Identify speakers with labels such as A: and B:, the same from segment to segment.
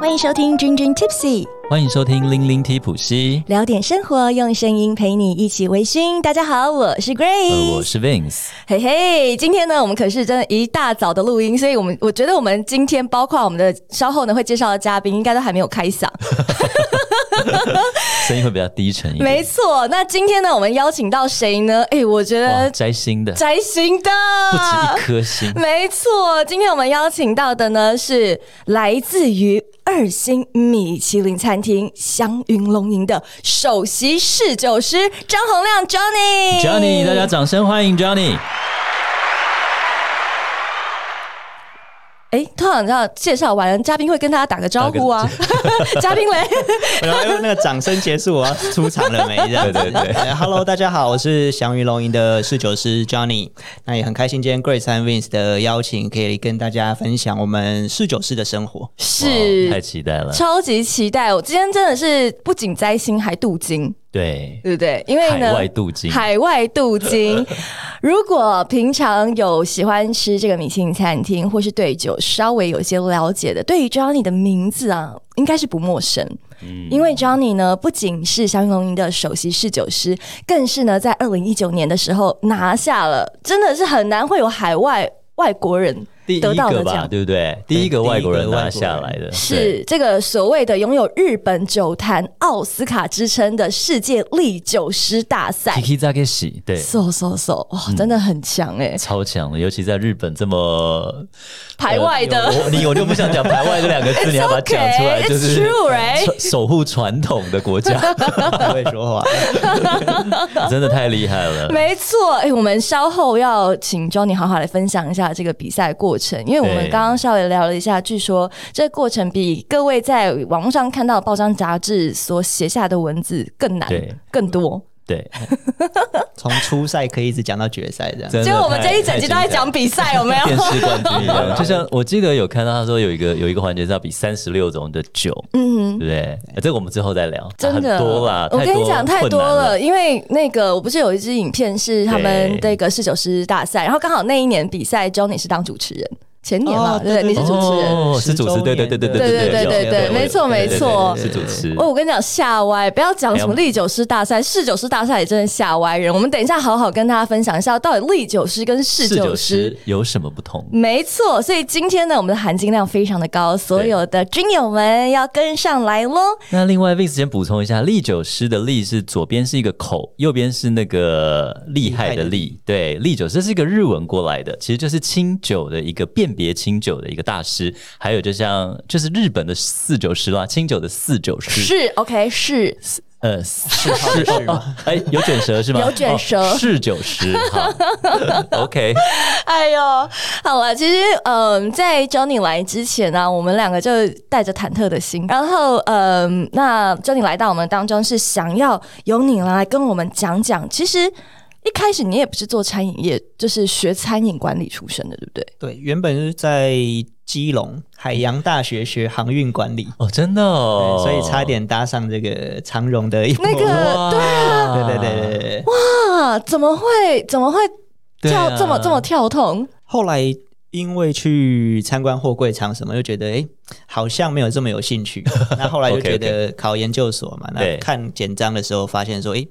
A: 欢迎收听《君君 Tipsy》，
B: 欢迎收听《零零 T 普西》
A: 聊点生活，用声音陪你一起微醺。大家好，我是
B: 呃，我
A: Grace，
B: 是 Vince。
A: 嘿嘿，今天呢，我们可是真的一大早的录音，所以我们我觉得我们今天包括我们的稍后呢会介绍的嘉宾，应该都还没有开嗓。
B: 声音会比较低沉一点。
A: 没错，那今天呢，我们邀请到谁呢？哎，我觉
B: 哇，
A: 得
B: 摘星的
A: 摘星的，
B: 不止一颗星，
A: 没错，今天我们邀请到的呢是来自于二星米其林餐厅香云龙吟的首席侍酒师张洪亮 Johnny。
B: Johnny，大家掌声欢迎 Johnny。
A: 哎，通常你知道介绍完了，嘉宾会跟大家打个招呼啊。 嘉 宾嘞，
C: 然后用哎那个掌声结束，我要出场了没？这样子。
B: 对对对
C: 呃 Hello，大家好，我是祥云龙吟的侍酒师 Johnny。那也很开心今天 Grace 和 Vince 的邀请，可以跟大家分享我们侍酒师的 生活。
B: 哇太
A: 是
B: 期待了。
A: 超级期待。我今天真的是不仅摘星，还镀金，
B: 对，
A: 对不对？因为呢，
B: 海外镀金，
A: 海外镀 金。如果平常有喜欢吃这个米其林餐厅，或是对酒稍微有一些了解的，对于 Johnny 的名字啊，应该是不陌生。
B: 嗯
A: 因为 Johnny 呢，不仅是香云龙吟的首席侍酒师，更是呢，在二零一九年的时候拿下了，真的是很难会有海外外国人
B: 第一
A: 得到
B: 个
A: 的
B: 吧，
A: 奖。
B: 对不对？第一个外国人
C: 第一个
B: 拿
C: 外国人
B: 下来的，对
A: 是这个所谓的拥有日本酒坛奥斯卡之称的世界历酒师大赛
B: Kiki Zakishi，对。嗯
A: 嗖嗖嗖，哇，真的很强 哎、
B: 超强的，尤其在日本这么
A: 排外的。
B: 呃我你我就不想讲排外这两个字，你要把它讲出来，
A: It's okay,
B: 就是
A: it's true, right？
B: 守守护传统的 国家，
C: 不会说话，
B: 真的太厉害了。
A: 没错，哎、我们稍后要请 Johnny 好好来分享一下这个比赛过程，因为我们
B: 对
A: 刚刚稍微聊了一下，据说这个过程比各位在网络上看到的报章杂志所写下的文字更难
B: 对、
A: 更多。
B: 对，
C: 从初赛可以一直讲到决赛这样。
B: 真的
A: 结果我们这一整集都在
B: 太太精彩了
A: 讲比赛，有没有？
B: 电视冠军一样。就像我记得有看到他说有一个有一个环节是要比三十六种的酒，
A: 嗯
B: 对不对？呃这个我们之后再聊，
A: 真的
B: 很多啦，
A: 我跟你讲太多
B: 困难了。
A: 了，因为那个我不是有一支影片是他们
B: 对
A: 那个侍酒师大赛，然后刚好那一年比赛 Johnny 是当主持人，前年嘛，
C: 哦
A: 对不对，你是主持人，
B: 哦，是主持，对对对对对
A: 对对
B: 对
A: 对对没错没错
B: 是主持。
A: 哦，我跟你讲，吓歪！不要讲什么历酒师大赛、侍酒师大赛，也真的吓歪人。我们等一下好好跟大家分享一下，到底历酒师跟侍
B: 侍酒
A: 酒
B: 师
A: 师。
B: 有什么不同？
A: 没错，所以今天呢，我们的含金量非常的高，所有的军友们要跟上来喽。
B: 那另外 Vince 先补充一下，历酒师的历是左边是一个口，右边是那个厉害的厉。对，历酒师这是一个日文过来的，其实就是清酒的一个辨别清酒的一个大师，还有就像就是日本的四酒师啦，清酒的四酒师。
A: 是 OK，是
B: 呃，是是
C: 是吗
B: 哦哎，有卷舌是吗？
A: 有卷舌
B: 哦是酒师。好 ，OK，
A: 哎呦，好了，其实嗯，在 Johnny 来之前呢、啊我们两个就带着忐忑的心，然后嗯，那 Johnny 来到我们当中是想要由你来跟我们讲讲，其实一开始你也不是做餐饮业，就是学餐饮管理出身的，对不对？
C: 对，原本是在基隆海洋大学学航运管理，
B: 哦，真的
C: 对
B: 哦，
C: 所以差点搭上这个长荣的一波。
A: 那个
B: 哇，对啊
C: 对对对对对。
A: 啊，怎么会怎么会跳、这么这么跳动？
C: 后来因为去参观货柜厂什么，又觉得哎、诶好像没有这么有 兴趣。那后来就
B: OK，OK
C: 觉得考研究所嘛，
B: 对
C: 那看简章的时候发现说，哎、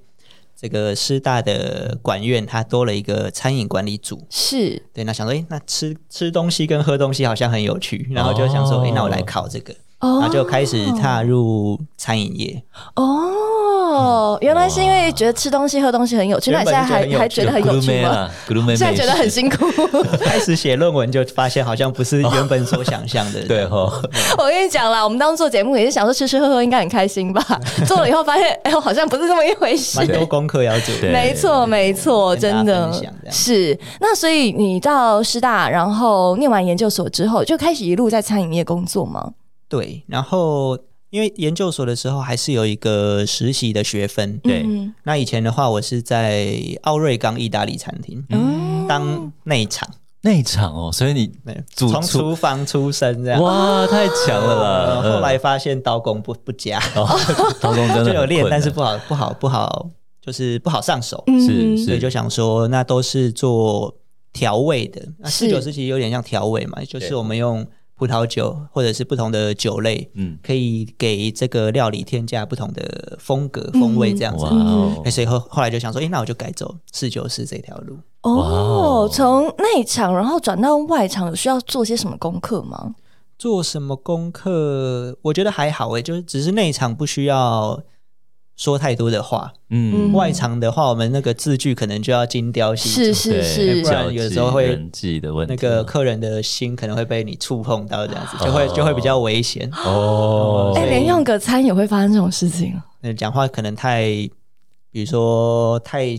C: 这个师大的管院它多了一个餐饮管理组，
A: 是
C: 对，那想说，哎、那吃吃东西跟喝东西好像很有趣，然后就想说，
B: 哦
C: 哎、那我来考这个，然
A: 哦
C: 后就开始踏入餐饮业，
A: 哦，原来是因为觉得吃东西喝东西很有趣，那你现在还
C: 原本就觉得很有趣
A: 还觉得很有趣吗？
B: 咕噜妹啦，咕噜妹妹
A: 现在觉得很辛苦。
C: 开始写论文就发现好像不是原本所想象的，
B: 对哦，
A: 我跟你讲啦，我们当时做节目也是想说吃吃喝喝应该很开心 吧，做了以后发现，哎、呦，好像不是这么一回事
C: 蛮。多功课要做，
B: 对
A: 没错，没错，
C: 跟大
A: 真
C: 家
A: 的
C: 分享这样
A: 是。那所以你到师大，然后念完研究所之后，就开始一路在餐饮业工作吗？
C: 对，然后因为研究所的时候还是有一个实习的学分。
B: 对
A: 嗯
C: 那以前的话，我是在奥瑞冈意大利餐厅、
A: 嗯，
C: 当内场，
B: 内场哦，所以你
C: 对，
B: 主
C: 从
B: 厨
C: 厨房出身这样。
B: 哇，太强了
C: 呃
B: 啦！嗯
C: 后来发现刀工不不佳，
B: 哦，刀工真的
C: 就
B: 很
C: 有练，
B: 困难
C: 但是不好不好不好，就是不好上手，
A: 嗯
B: 是
C: 所以就想说，那都是做调味的。那
A: 是
C: 四九四其实有点像调味嘛，就是
B: 对
C: 我们用。葡萄酒或者是不同的酒类，
B: 嗯
C: 嗯，可以给这个料理添加不同的风格
A: 嗯
C: 风味这样子。
B: 哇哦
C: 哎，所以后后来就想说，哎、那我就改走侍酒师这条路。
B: 哇哦
A: 哦，从内场然后转到外场，有需要做些什么功课吗？
C: 做什么功课？我觉得还好诶、就是只是内场不需要说太多的话，
B: 嗯
A: 嗯
C: 外场的话，我们那个字句可能就要精雕细
A: 是
C: 琢，
A: 是
B: 对
A: 是
C: 不，然有时候会
B: 交际人际的问题
C: 那
B: 嘛，
C: 个客人的心可能会被你触碰到，这样子就会就会比较危险。
B: 哦，
A: 哎，连用个餐也会发生这种事情，
C: 那讲话可能太，比如说太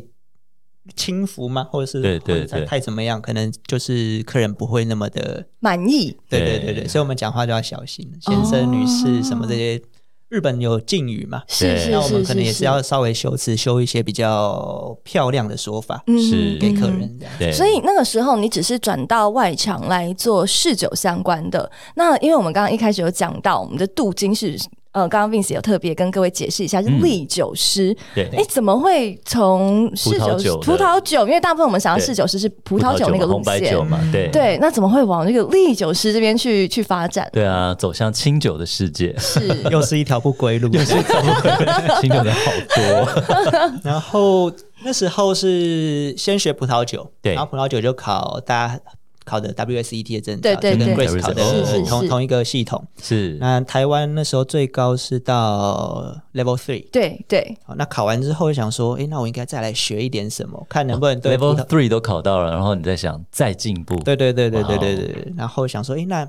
C: 轻浮吗？或者是
B: 对对
C: 或者太
B: 对
C: 太怎么样？可能就是客人不会那么的，
A: 满意
C: 对
B: 对
C: 对对对，所以我们讲话就要小心，先生、女士什么这些，日本有敬语嘛。
A: 是
B: 对
A: 是
C: 那我们
A: 是
C: 可能也
A: 是
C: 是要稍微修辞，修一些比较漂亮的说法
A: 嗯
B: 是
C: 给客。
A: 嗯
C: 人这样。
B: 对，
A: 所以那个时候你只是转到外场来做侍酒相关的。那因为我们刚刚一开始有讲到，我们的镀金是呃，刚刚 Vince 有特别跟各位解释一下，是
B: 嗯
A: 利酒师。
B: 对
A: 哎、怎么会从侍酒师
B: 葡萄酒的
A: 葡萄酒？因为大部分我们想要
B: 对
A: 侍酒师是葡萄酒那个
B: 嘛
A: 路
B: 红白
A: 线
B: 酒，嘛，对
A: 对。那怎么会往那个利酒师这边去去发展？
B: 对啊，走向清酒的世 界，
A: 是
C: 又是一条不归路，
B: 清酒的好多，
C: 然后那时候是先学葡萄酒，
B: 对
C: 然后葡萄酒就考大家考的 WSET 的证照，
A: 对对
C: 就跟
A: 对
C: Grace 考的呃
B: 是是是
C: 同同一个系统。
B: 是
C: 那台湾那时候最高是到 Level Three。
A: 对对，
C: 好，那考完之后就想说，诶，那我应该再来学一点什么，看能不能对葡
B: level
C: 萄。
B: three 都考到了，然后你再想再进步，
C: 对对对对对
B: 哇哦
C: 对对对。然后想说，诶，那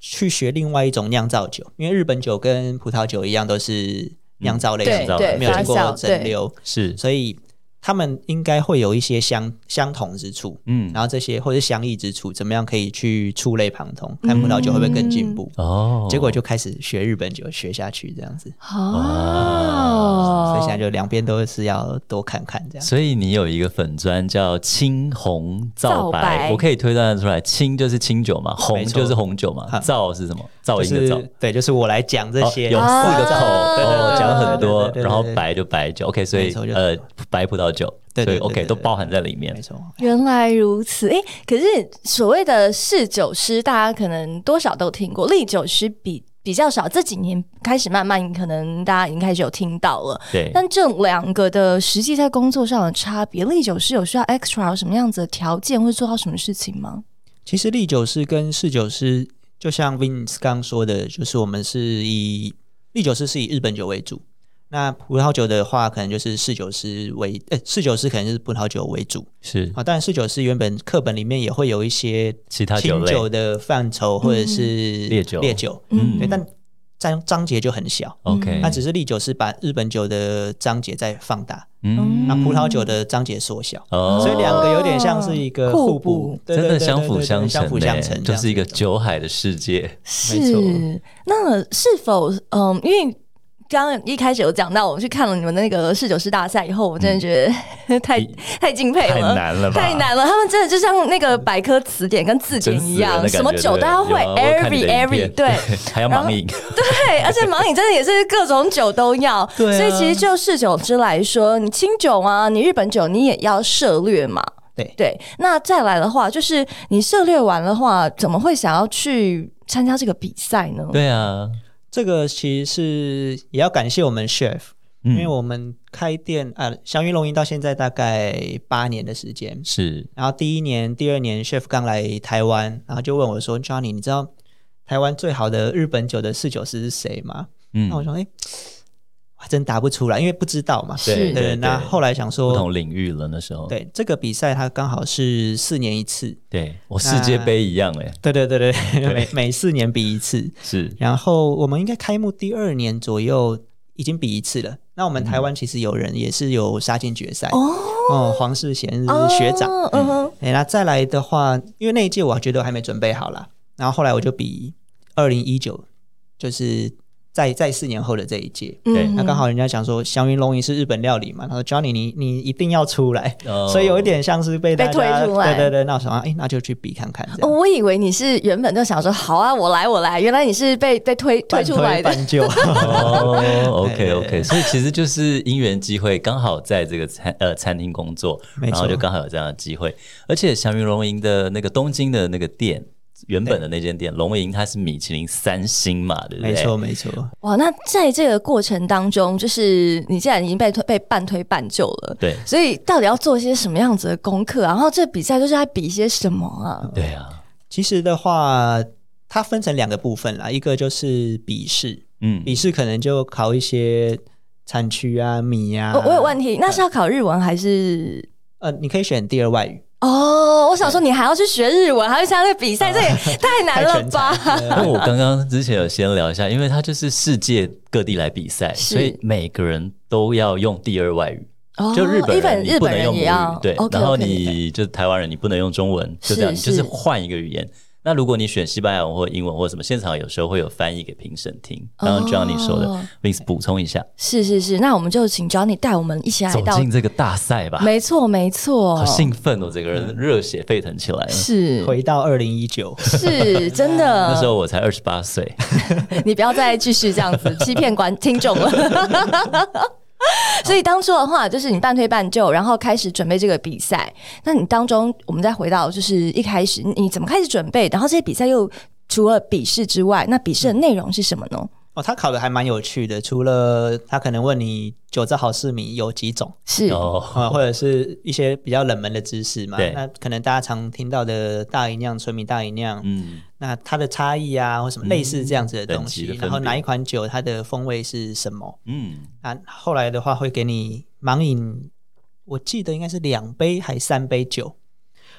C: 去学另外一种酿造酒，因为日本酒跟葡萄酒一样都是酿造类
A: 对
C: 型，
A: 对
C: 没有经
A: 发酵
C: 过
A: 对
C: 蒸馏。
B: 是，
C: 所以他们应该会有一些相相同之处，
B: 嗯，
C: 然后这些或者相异之处，怎么样可以去触类旁通，看葡萄酒会不会更进步？
B: 嗯哦，
C: 结果就开始学日本酒，学下去这样子，所以现在
A: 哦，
C: 就两边都是要多看看这样。
B: 所以你有一个粉砖叫青红皂
A: 皂白
B: 我可以推断得出来，青就是清酒嘛，红
C: 没错
B: 就是红酒嘛，
C: 哈
B: 皂是什么？噪
C: 就
B: 音的
C: 是
B: 皂。
C: 对，就是我来讲这
B: 哦
C: 些，
B: 有四个口
A: 对对
B: 哦
A: 对，
B: 讲很多
C: 对对，对对对
B: 然后白就白酒，OK，所以
C: 没错就
B: 呃白葡萄酒，
C: 对
B: 所
C: 对
B: 以
C: 对
B: OK
C: 对对
B: 都包含在里面
C: 没。错，
A: 原来如此。哎、可是所谓的侍酒师，大家可能多少都听过，立酒师比比较少，这几年开始慢慢可能大家已经开始有听到了。
B: 对，
A: 但这两个的实际在工作上的差别，立酒师有需要 extra 有什么样子的条件，会做到什么事情吗？
C: 其实立酒师跟侍酒师，就像 Vince 刚说的，就是我们是以立酒师是以日本酒为主，那葡萄酒的话，可能就是侍酒师为，呃、侍酒师可能就是葡萄酒为主
B: 是
C: 啊。当然，侍酒师原本课本里面也会有一些
B: 其他酒
C: 清
B: 类
C: 酒的范畴，或者是
B: 烈酒
C: 烈酒，
B: 嗯
C: 对，但章章节就很小。
B: ，OK，
C: 嗯那只是立酒师把日本酒的章节再放大，
B: 嗯
C: 那葡萄酒的章节缩小。
B: 哦
C: 所以两个有点像是一个
A: 互
C: 哦互补
A: 补，
C: 对
B: 真
C: 对
B: 的
C: 对对
B: 相
C: 对
B: 辅
C: 对
B: 相
C: 相
B: 成
C: 辅相成
B: 嘞，，
C: 这
B: 就
C: 样
B: 是一个
C: 子
B: 酒海的世界。
C: 没错
A: 是，那是否嗯，因为刚刚一开始有讲到，我去看了你们那个侍酒师大赛以后，我真的觉得、 太太敬佩了，
B: 嗯
C: 哎
B: 太难了吧
A: 太难了。他们真的就像那个百科词典跟字典一样，
B: 真死
A: 什
B: 人的
A: 么
B: 感觉
A: 酒都要会
B: 对不对有啊我看
A: ，every
B: 你的影
A: every
B: 片
A: 对。
B: 还要
A: 然后
B: 盲饮，
A: 对，而且盲饮真的也是各种酒都要，
B: 对啊
A: 所以其实就侍酒之来说，你清酒啊，你日本酒你也要涉略嘛。
C: 对
A: 对，那再来的话，就是你涉略完的话，怎么会想要去参加这个比赛呢？
B: 对啊，
C: 这个其实是也要感谢我们 chef，、
B: 嗯
C: 因为我们开店啊，祥云龙吟到现在大概八年的时间。
B: 是
C: 然后第一年、第二年，chef 刚来台湾，然后就问我说：“Johnny，你知道台湾最好的日本酒的侍酒师是谁吗？”
B: 嗯
C: 那我，说：“哎、我还真答不出来，因为不知道嘛。”
A: 是
B: 对对，
C: 那后来想
B: 不
C: 说，
B: 同领域了那时候，
C: 对这个比赛它刚好是四年一次，
B: 对，我世界杯一样哎，
C: 对对对 对，每每四年比一次。
B: 是
C: 然后我们应该开幕第二年左右已经比一次了。那我们台湾其实有人也是有杀进决赛
A: 嗯哦
C: 哦，黄世贤是学长。
A: 哦嗯哼，
C: 哎、那再来的话，因为那一届我觉得我还没准备好啦，然后后来我就比二零一九，就是在在四年后的这一届。
B: 对
A: 嗯
C: 那刚好人家讲说祥云龙吟是日本料理嘛，他说 Johnny 你你一定要出来，
B: 哦
C: 所以有一点像是被大
A: 被推
C: 家
A: 出来
C: 对对对，那我想哎、诶那就去比看看这
A: 哦，
C: 样，
A: 我以为你是原本就想说好啊，我来我来，原来你是被被推推
C: 半
A: 出来的，
C: 半就。
B: 哦，OK
C: 对对
B: OK，所以其实就是因缘机会，刚好在这个餐呃餐厅工作，
C: 没
B: 然
C: 错
B: 后就刚好有这样的机会，而且祥云龙吟的那个东京的那个店。原本的那间店，龙吟它是米其林三星嘛，对不对？
C: 没错，没错。
A: 哇，那在这个过程当中，就是你既然已经被推被半推半就了，
B: 对
A: 所以到底要做些什么样子的功课？啊然后这比赛就是在比些什么啊？
B: 对啊，
C: 其实的话，它分成两个部分啦，一个就是笔试，
B: 嗯，
C: 笔试可能就考一些产区啊、米啊。
A: 哦我我有问题，那是要考日文还是？
C: 呃，你可以选第二外语，
A: 哦，我想说你还要去学日文，还要参加这个比赛，
B: 啊
A: 这也太难
C: 太
A: 了
C: 全才
A: 吧？
B: 因
C: 了。
B: 为我刚刚之前有先聊一下，因为它就是世界各地来比赛，
A: 是
B: 所以每个人都要用第二外语，
A: 哦
B: 就日本
A: 日本
B: 人你不能
A: 人
B: 用母
A: 也要
B: 语，对
A: OK，
B: 然后
A: OK，
B: 你就台湾人你不能用中文，就这样，你
A: 是
B: 就
A: 是
B: 是换一个语言。那如果你选西班牙文或英文或什么，现场有时候会有翻译给评审听。刚刚 Johnny 说的
A: 哦
B: ，Vince 补充一下，
A: 是是是，那我们就请 Johnny 带我们一起来
B: 走
A: 到，
B: 进这个大赛吧，
A: 没错没错，
B: 好啊兴奋哦，整个人热血沸腾起来了。
A: 是
C: 回到二零一九，
A: 是真
B: 那时
A: 的，
B: 候我才二十八岁，
A: 你不要再继续这样 子欺骗观听众了。 所以当初的话，就是你半推半就，然后开始准备这个比赛。那你当中，我们再回到就是一开始，你你怎么开始准备？然后这些比赛又除了笔试之外，那笔试的内容是什么呢？
C: 哦，他考的还蛮有趣的，除了他可能问你酒糟好市米有几种
A: 是
B: 哦，
C: 啊、或者是一些比较冷门的知识嘛
B: 对，
C: 那可能大家常听到的大吟酿、纯米大吟酿，
B: 嗯，
C: 那它的差异啊，或什么类似这样子的东
B: 等级
C: 西，
B: 的分别
C: 然后哪一款酒它的风味是什么？
B: 嗯，
C: 那后来的话会给你盲饮，我记得应该是两杯还三杯酒，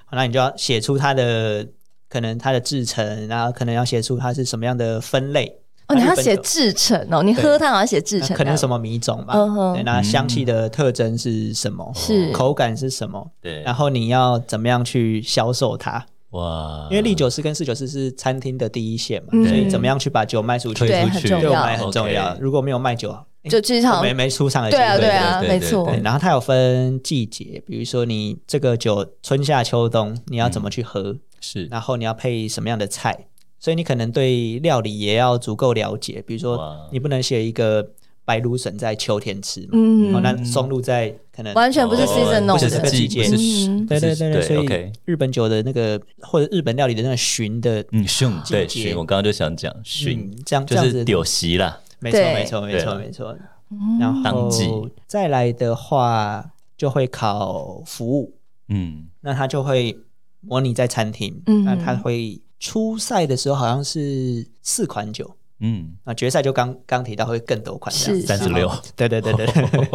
C: 好那你就要写出它的可能它的制成，然后可能要写出它是什么样的分类。
A: 哦，你
C: 那
A: 要
C: 日本
A: 写
C: 酒
A: 制成哦，你喝汤要写制
C: 那
A: 成，
C: 可能什
A: 么？
C: 么米种吧，
A: 嗯哼嗯
C: 对，那香气的特征是什么？
A: 是
C: 口感是什么？
B: 对，
C: 然后你要怎么样去销售它？
B: 哇，
C: 因为利酒师跟侍酒师是餐厅的第一线嘛，
A: 嗯
C: 所以怎么样去把酒卖出去，
B: 推
A: 对
B: 出
A: 很
B: 去
A: 重
C: 对我
A: 要
C: 们也很重要。
B: OK
C: 如果没有卖酒，诶
A: 就剧
C: 我
A: 场
C: 们也没出场的机
A: 对
C: 会。
A: 啊，对啊，
B: 对对
A: 没
B: 对
A: 错
C: 对。然后它有分季节，比如说你这个酒春夏秋冬，你要怎么去喝，
B: 是
C: 然后你要配什么样的菜，所以你可能对料理也要足够了解。比如
B: 哇
C: 说，你不能写一个白芦笋在秋天吃嘛，
A: 嗯
C: 好，那松露在可能
A: 完全不是
B: 哦
A: seasonal
B: 不是
C: 的
B: 这个季节，
C: 季
B: 不
C: 节
B: 是
A: 嗯
C: 对对对
B: 对
C: 所以
B: ，OK
C: 日本酒的那个或者日本料理的那个旬的
B: 嗯，训对
C: 季节
B: 训，我刚刚就想讲训，
C: 嗯，这样
B: 就
C: 这样
B: 是
C: 子
B: 丢席啦，
C: 没错，
A: 对
C: 没错，没
B: 对
C: 错，
B: 啊
C: 没错。
A: 嗯
C: 然
B: 当季
C: 后再来的话，就会考服务，
B: 嗯，
C: 那他就会模拟在餐厅，
A: 嗯
C: 那他会初赛的时候好像是四款酒，
B: 嗯，
C: 那决赛就刚刚提到会更多款，
A: 是
C: 这样子
B: 36，
C: 然后对对对对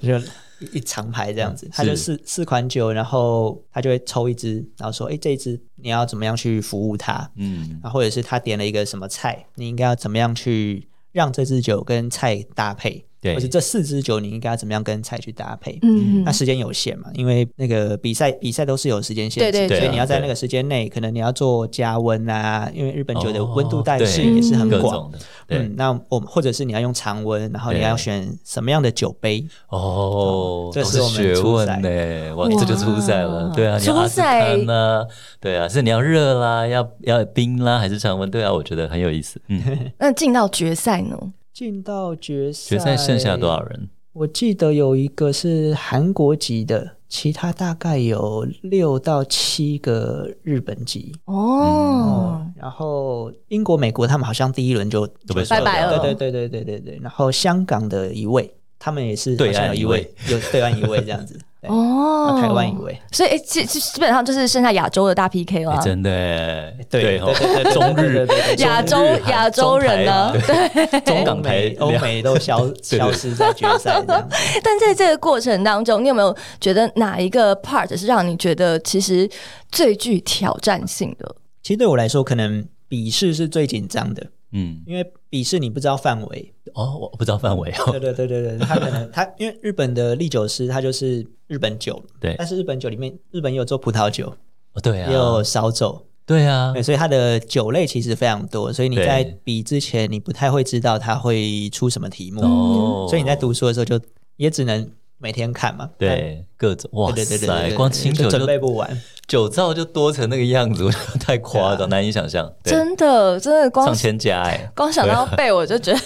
C: 对，就一长排这样
B: 嗯
C: 子，他就是四四款酒，然后他就会抽一支，然后说，哎，这一支你要怎么样去服务它？
B: 嗯，
C: 啊，或者是他点了一个什么菜，你应该要怎么样去让这支酒跟菜搭配，
B: 对
C: 或者这四支酒你应该要怎么样跟菜去搭配。
A: 嗯
C: 那时间有限嘛，因为那个比赛比赛都是有时间限
A: 对
C: 制，
A: 对对
C: 所以你要在
B: 对
C: 那个时间内，可能你要做加温啊，因为日本酒的温度带
B: 哦
C: 是
B: 对
C: 也是很
B: 各
C: 广。
B: 种的，对
C: 嗯，，那我们或者是你要用常温，然后你
B: 对
C: 要选什么样的酒杯？
B: 哦，
C: 这
B: 都
C: 是我们
B: 学
C: 初
B: 问
C: 赛
B: 呢，哇，
A: 哇
B: 这就初赛了，对啊，你要
A: 初
B: 阿斯
A: 赛
B: 堪呢，对啊，是你要热啦，要要冰啦，还是常温？对啊，我觉得很有意思， 嗯，
A: 那进到决赛呢？
C: 进到决赛，
B: 决赛剩下多少？人？
C: 我记得有一个是韩国籍的，其他大概有六到七个日本籍。
A: 哦，
C: 然后英国、美国他们好像第一轮就
B: 都被
C: 就
B: 刷
A: 拜拜了
C: 对对对对对对对。然后香港的一位，他们也是
B: 对
C: 好像有
B: 岸一
C: 一
B: 位
C: 位，有对岸 一位这样子。对
A: 哦，
C: 台湾一位。
A: 所以，诶基基基本上就是剩下亚洲的大 PK 了
B: 哎。真的耶，
C: 对
B: 哦
C: 对对对
B: 中日
C: 对对对对
A: 啊亚洲
B: 中日韩
A: 亚洲人呢
B: 中台对，中
C: 欧
B: 港台
C: 美、欧美 都消消失在决赛这样子。
A: 但在这个过程当中，你有没有觉得哪一个 part 是让你觉得其实最具挑战性的？
C: 其实对我来说，可能笔试是最紧张的，
B: 嗯，
C: 因为笔试你不知道范围，
B: 哦，我不知道范围哦
C: 对，对对对对，他 可能他因为日本的利酒师，他就是日本酒，
B: 对
C: 但是日本酒里面，日本也有做葡萄酒，
B: 哦对
C: 也有
B: 啊，
C: 烧酒，
B: 对啊
C: 对，，所以它的酒类其实非常多，所以你
B: 对
C: 在比之前，你不太会知道它会出什么题目，
B: 哦，
C: 所以你在读书的时候就也只能每天看嘛。
B: 对各种哇
C: 但。对对对对对
B: 塞，
C: 对，
B: 光清酒
C: 就准
B: 就
C: 备不 完，
B: 酒造就多成那个样子，我觉得太
C: 啊
B: 夸张，难以想象。对
A: 真的，真的光
B: 上千家哎，
A: 光想到背，我就觉得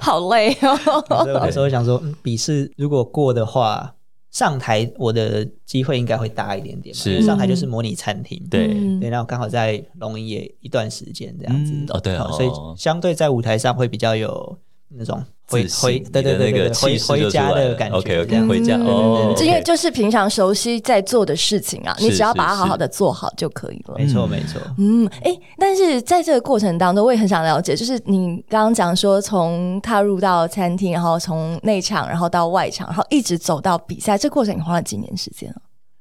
A: 好累哦。
C: 所以我那时候想说，嗯笔试如果过的话，上台我的机会应该会大一点点嘛，
B: 是
C: 因为上台就是模拟餐厅，
B: 对
A: 嗯
C: 对，然后刚好在龙吟也一段时间这样子
B: 嗯，哦对哦
C: 好所以相对在舞台上会比较有那种回
B: 自信
C: 回
B: 你的
C: 对对对
B: 那
C: 对
B: 个
C: 对回
B: 气势就
C: 回家
B: 出来
C: 的
B: 了
C: 感觉
B: ，OK，OK，
C: 这样
B: 回家
A: 嗯
B: 哦，
A: 这因为
B: OK
A: 就是平常熟悉在做的事情啊，
B: 是
A: 你只要把它
B: 是
A: 好好的做好就可以了。
C: 没错没错，
A: 嗯，哎、但是在这个过程当中，我也很想了解，就是你刚刚讲说，从踏入到餐厅，然后从内场，然后到外场，然后一直走到比赛，这过程你花了几年时间啊？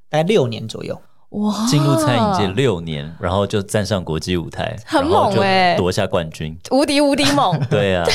C: 大概六年左右，
A: 哇，
B: 进入餐饮界六年，然后就站上国际舞台，
A: 啊很
B: 然后
A: 猛
B: 就
A: 欸
B: 夺下冠军。
A: 无敌无敌 猛！
B: 对啊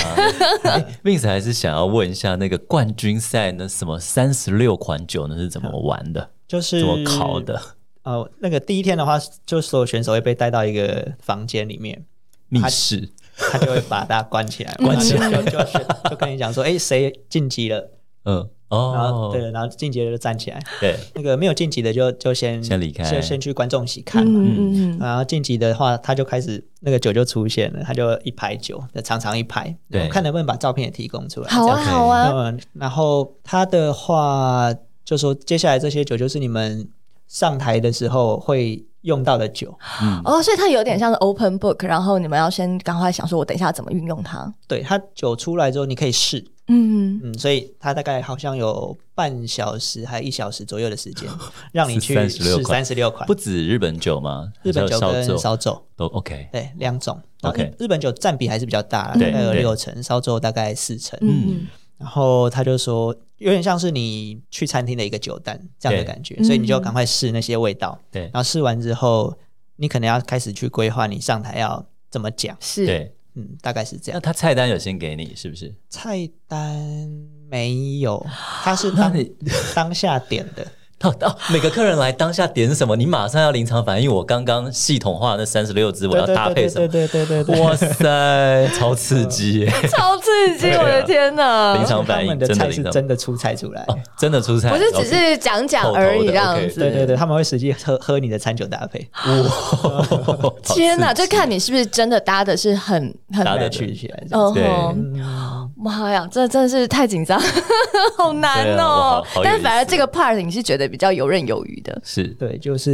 B: ，Vince 还是想要问一下那个冠军赛呢，什么三十六款酒呢是怎么玩的，
C: 就是
B: 怎么考的？
C: 呃，那个第一天的话，就所有选手会被带到一个房间里面，
B: 密室
C: 他就会把大家关起来，
B: 关起来
C: 然后就就就就跟你讲说，哎、谁晋级了，
B: 嗯
C: 然后、
B: 哦，
C: 啊对，然后晋级了就站起来，
B: 对，
C: 那个没有晋级的就就先
B: 先离开
C: 就先去观众席看嘛。
A: 嗯嗯嗯，
C: 然后晋级的话，他就开始那个酒就出现了，他就一排酒，长长一排，
B: 对
C: 我看能不能把照片也提供出来。
A: 好
C: 这
A: 啊
C: 样
B: 这样可以
A: 好啊，
C: 嗯，然后他的话就说，接下来这些酒就是你们上台的时候会用到的酒，
B: 嗯
A: 哦，所以它有点像是 open book，然后你们要先赶快想说，我等一下怎么运用它。
C: 对，它酒出来之后你可以试，
A: 嗯，
C: 嗯，所以它大概好像有半小时还一小时左右的时 间，让你
B: 是
C: 去
B: 36
C: 试
B: 款
C: 三十六款
B: 不，止日本酒吗？
C: 日本酒
B: 还有烧
C: 跟
B: 酒
C: 烧酒，
B: 都 OK，
C: 对，两种。然后
B: OK
C: 日日本酒占比还是比较大啦，
B: 对
C: 大概有
B: 对
C: 六成，烧酒大概四成。
A: 嗯
C: 然后他就说，有点像是你去餐厅的一个酒单这样的
B: 对
C: 感觉，
A: 嗯
C: 所以你就赶快试那些味道。
B: 对
C: 然后试完之后，你可能要开始去规划你上台要怎么讲，
A: 是，
B: 对。
C: 嗯，大概是
B: 那
C: 这样。
B: 他菜单有先给你是不是？
C: 菜单没 有，它是
B: 那
C: 当
B: 你
C: 当下点的，
B: 哦哦，每个客人来当下点什么，你马上要临场反应。我刚刚系统化那三十六支，我
C: 对
B: 要搭配什么？
C: 对对对对对对
B: 哇塞，超刺激耶！
A: 超刺激，
B: 对啊
A: 我的天
B: 临
A: 哪！
B: 场反
C: 呃他
B: 应
C: 们的
B: 真的
C: 菜
B: 临
C: 是
B: 场，
C: 真的出菜出来。
B: 真的出菜，
A: 不是只
B: OK
A: 是讲讲而已这样子。
C: 对对对，他们会实际喝喝你的餐酒搭配，
B: 哇，
A: 天哪，
B: 好刺
A: 就
B: 激
A: 看你是不是真的搭的是很很
B: 搭的
C: 去起来这样。嗯
A: 哦吼
B: 对
A: 妈呀，这真的是太紧张， 好难
B: 对啊我好
A: 哦、
B: 好有
A: 但反而
B: 意思
A: 这个 part 你是觉得比较游刃有余的，
B: 是
C: 对，就是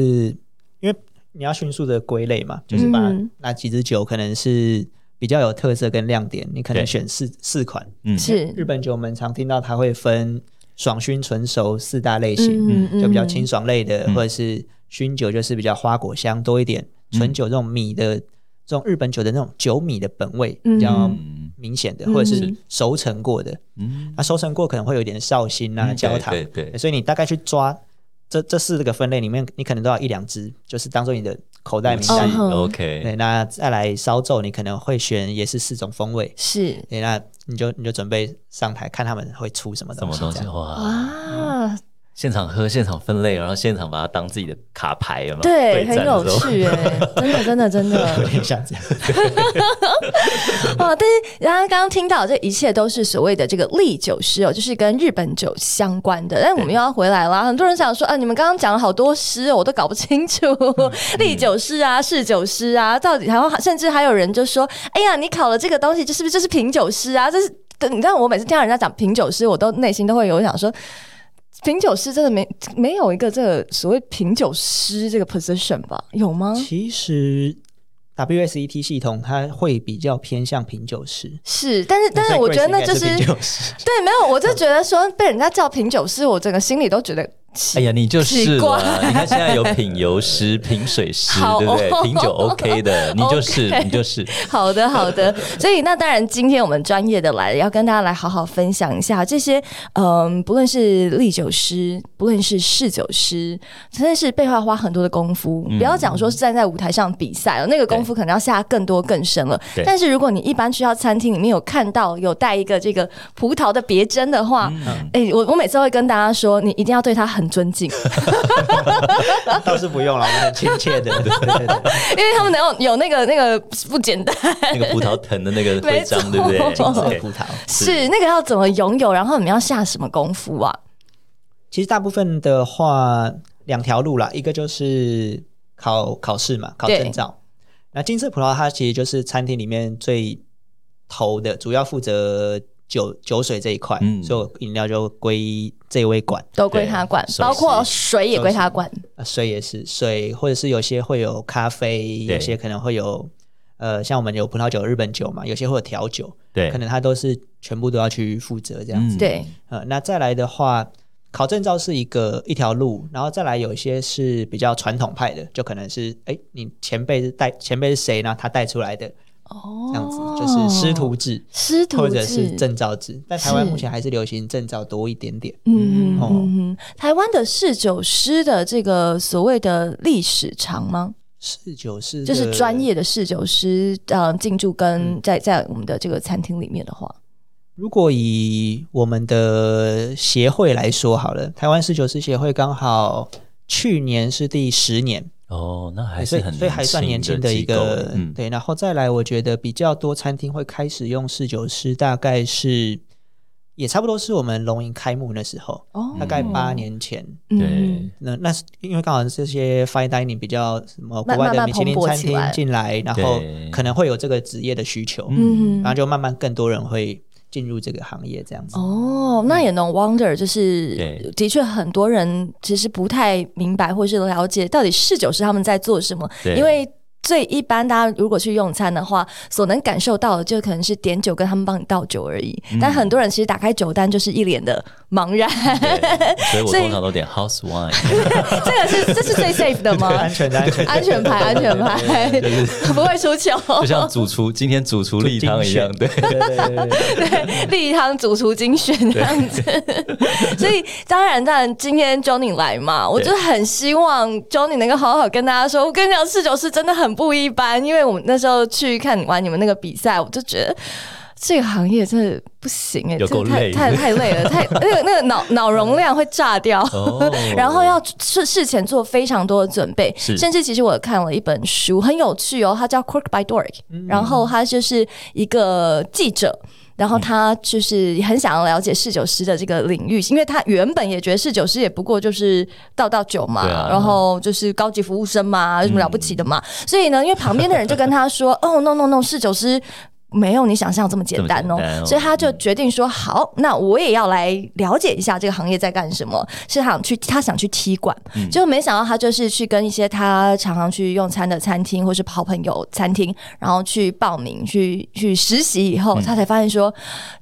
C: 因为你要迅速的归类嘛，就是把
A: 嗯
C: 那几支酒可能是比较有特色跟亮点，你可
B: 对
C: 能选四四款。
B: 嗯
A: 是
C: 日本酒我们常听到它会分爽熏、纯熟四大类型，
A: 嗯嗯
C: 就比较清爽类的，
B: 嗯
C: 或者是熏酒就是比较花果香多一点，纯
B: 嗯
C: 酒这种米的这种日本酒的那种酒米的本味比较
B: 嗯
C: 明显的，
A: 嗯
C: 或者是熟成过的。
B: 嗯
C: 那熟成过可能会有一点绍兴啊、
B: 嗯
C: 焦糖，
B: 对对对
C: 所以你大概去抓这这四个分类里面，你可能都要一两支，就是当做你的口袋名单。
A: 嗯哼
B: OK，
C: 对，那再来烧酒，你可能会选也是四种风味。
A: 是
C: 对，那你就你就准备上台看他们会出什么
B: 什
C: 东
B: 么
C: 西。
B: 东西
C: 这样
B: 哇？嗯
A: 啊，
B: 现场喝，现场分类，然后现场把它当自己的卡牌，有没有？
A: 对，很
B: 战
A: 有
B: 的时候。
A: 趣哎、真的真的真的。
C: 有点像这样。
A: 哦，但是大家刚刚听到，这一切都是所谓的这个利酒师哦，就是跟日本酒相关的。但我们又要回来啦，很多人想说，啊，你们刚刚讲了好多诗哦，我都搞不清楚，
C: 嗯
A: 利酒师啊，侍酒师啊，到底，然后甚至还有人就说，哎呀，你考了这个东西，这是不是就是品酒师啊？这是，你知道我每次听到人家讲品酒师，我都内心都会有想说。品酒师真的没没有一个这个所谓品酒师这个 position 吧？有吗？
C: 其实 WSET 系统它会比较偏向品酒师，
A: 是，但是但是我觉得那就是
C: 所以 Grace 应该是啊品酒师。
A: 对，没有，我就觉得说被人家叫品酒师，我整个心里都觉得
B: 哎
A: 奇。
B: 呀，你就是
A: 奇
B: 了
A: 怪。
B: 你看现在有品油师、品水师，
A: 好
B: 对不对？
A: 哦
B: 品酒 OK 的，你就是，
A: OK
B: 你就是。
A: 好的，好 的。所以那当然，今天我们专业的来了，要跟大家来好好分享一下这些，嗯，不论是立酒师，不论是侍酒师，真的是背后要花很多的功夫。
B: 嗯
A: 不要讲说是站在舞台上比赛了，那个功夫可能要下更多更深了
B: 对。
A: 但是如果你一般去到餐厅里面有看到有带一个这个葡萄的别针的话，
B: 嗯
A: 哎、我我每次会跟大家说，你一定要对他很尊敬。哦
C: 倒是不用了，我们很亲切的。对对对
A: 因为他们能有有那个那个不简单，
B: 那个葡萄藤的那个徽章，对不对
A: 没错
C: 对，
B: ？OK
C: 葡萄。
B: 是
A: 是那个要怎么拥有，然后你们要下什么功夫啊？
C: 其实大部分的话，两条路啦，一个就是考考试嘛，考
A: 对
C: 证照。那金色葡萄它其实就是餐厅里面最头的，主要负责酒酒水这一块，
B: 嗯
C: 所有饮料就归这位管，
A: 都归他管
B: 对，
A: 包括水也归他管。
C: 呃水也是水，或者是有些会有咖啡，
B: 对
C: 有些可能会有呃，像我们有葡萄酒、日本酒嘛，有些会有调酒，
B: 对
C: 可能他都是全部都要去负责这样子。
B: 嗯
A: 对，
C: 呃，那再来的话，考证照是一个一条路，然后再来有一些是比较传统派的，就可能是哎，你前辈是带前辈是谁呢？他带出来的
A: 哦
C: 这样子，就是师徒制。
A: 师徒
C: 或者
A: 制
C: 是证照制，但台湾
A: 是
C: 目前还是流行证照多一点点。
A: 嗯嗯
C: 哦
A: 嗯嗯，台湾的侍酒师的这个所谓的历史长吗？
C: 侍酒是
A: 就是
C: 的
A: 专业的侍酒师，呃，进驻
C: 嗯
A: 跟在在我们的这个餐厅里面的话，
C: 如果以我们的协会来说好了，台湾侍酒师协会刚好去年是第十年，
B: 哦，那还
C: 所
B: 是
C: 以
B: 很
C: 所以还算年轻的一
B: 机构
C: 个
B: 欸嗯，
C: 对。然后再来，我觉得比较多餐厅会开始用侍酒师，大概是也差不多是我们龙吟开幕那时候，
A: 哦嗯
C: 大概八，年前。
B: 对，
C: 那那是因为刚好这些 fine dining 比较什么国
A: 慢
C: 外
A: 慢
C: 的
A: 慢
C: 米其林
A: 蓬勃
C: 餐
A: 起
C: 厅
A: 来
C: 进来，然后
B: 对
C: 可能会有这个职业的需求，
A: 嗯
C: 然后就慢慢更多人会进入这个行业这样子。
A: 哦，那也能 wonder，就是
B: 对
A: 的确很多人其实不太明白或是了解到底侍酒师他们在做什么，
B: 对
A: 因为。最一般，大家如果去用餐的话，所能感受到的就可能是点酒跟他们帮你倒酒而已。但很多人其实打开酒单就是一脸的茫然，
B: 嗯对所以我
A: 所以
B: 通常都点 house wine，
A: 这个是这是最 safe 的吗？
C: 安全的安全的
A: 安全牌，安全牌， 不会出糗。
B: 就像主厨今天主厨例汤一样，
C: 精
B: 对，
C: 对对对对对
A: 例汤主厨精选这样子， 所以当然，当然，今天 Johnny 来嘛，我就很希望 Johnny 能够好好跟大家说，我跟你讲，四九四真的很不一般，因为我们那时候去看完你们那个比赛，我就觉得。这个行业真的不行哎、
B: 有
A: 真
B: 够
A: 的太
B: 累
A: 太太累了，太那个那个脑脑容量会炸掉。
B: 哦
A: 然后要事事前做非常多的准备，
B: 是
A: 甚至其实我看了一本书，很有趣哦，它叫《Cork by Dork》，然
B: 嗯
A: 后他就是一个记者。然后他就是很想要了解侍酒师的这个领域，因为他原本也觉得侍酒师也不过就是倒倒酒嘛，
B: 对啊
A: 然后就是高级服务生嘛，有什么了不起的 嘛？所以呢，因为旁边的人就跟他说：“哦，no no no，侍酒师没有你想象这么简单
B: 这
A: 哦
B: 么简单哦
A: 所以他就决定说：“好，那我也要来了解一下这个行业在干什么。”是他想去，他想去踢馆，
B: 嗯
A: 结果没想到他就是去跟一些他常常去用餐的餐厅或是好朋友餐厅，然后去报名去去实习以
B: 嗯
A: 后，他才发现说，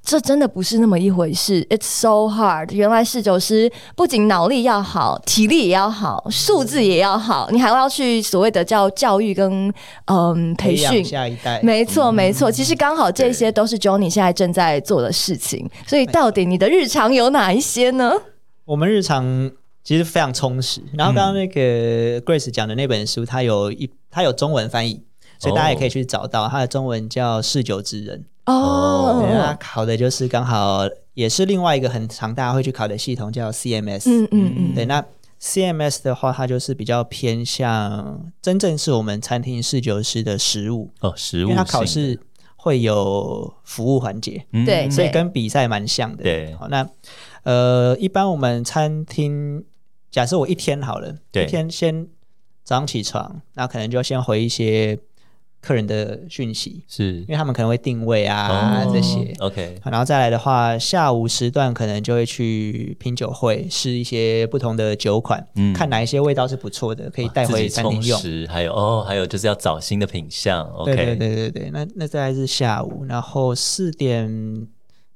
A: 这真的不是那么一回事。It's so hard。原来侍酒师不仅脑力要好，体力也要好，素质也要好，你还要去所谓的叫教育跟嗯培
C: 培
A: 训
C: 养。下一代。
A: 没错，没错。其实刚好这些都是 Johnny 现在正在做的事情，所以到底你的日常有哪一些呢？
C: 我们日常其实非常充实。然后刚刚那个
B: 嗯
C: Grace 讲的那本书，它有一它有中文翻译，
B: 哦
C: 所以大家也可以去找到。它的中文叫《嗜酒之人》，
A: 哦
B: 哦，
C: 对啊它考的就是刚好也是另外一个很常大家会去考的系统，叫 CMS。
A: 嗯嗯嗯，
C: 对，那 CMS 的话，它就是比较偏向真正是我们餐厅侍酒师的食物，
B: 哦，食
C: 因
B: 物
C: 为
B: 性的
C: 它考试会有服务环节，
B: 嗯
A: 对
C: 所以跟比赛蛮像的。
B: 对
C: 好，那呃，一般我们餐厅，假设我一天好了，
B: 对
C: 一天先早上起床，那可能就要先回一些客人的讯息，
B: 是
C: 因为他们可能会定位啊、
B: 哦
C: 这些。
B: OK，
C: 然后再来的话，下午时段可能就会去品酒会试一些不同的酒款，
B: 嗯
C: 看哪一些味道是不错的，可以
B: 哇
C: 带
B: 自
C: 回
B: 己
C: 餐
B: 充
C: 厅用。
B: 实，还有哦，还有就是要找新的品相，OK，
C: 对对对对对，那那再来是下午，然后四点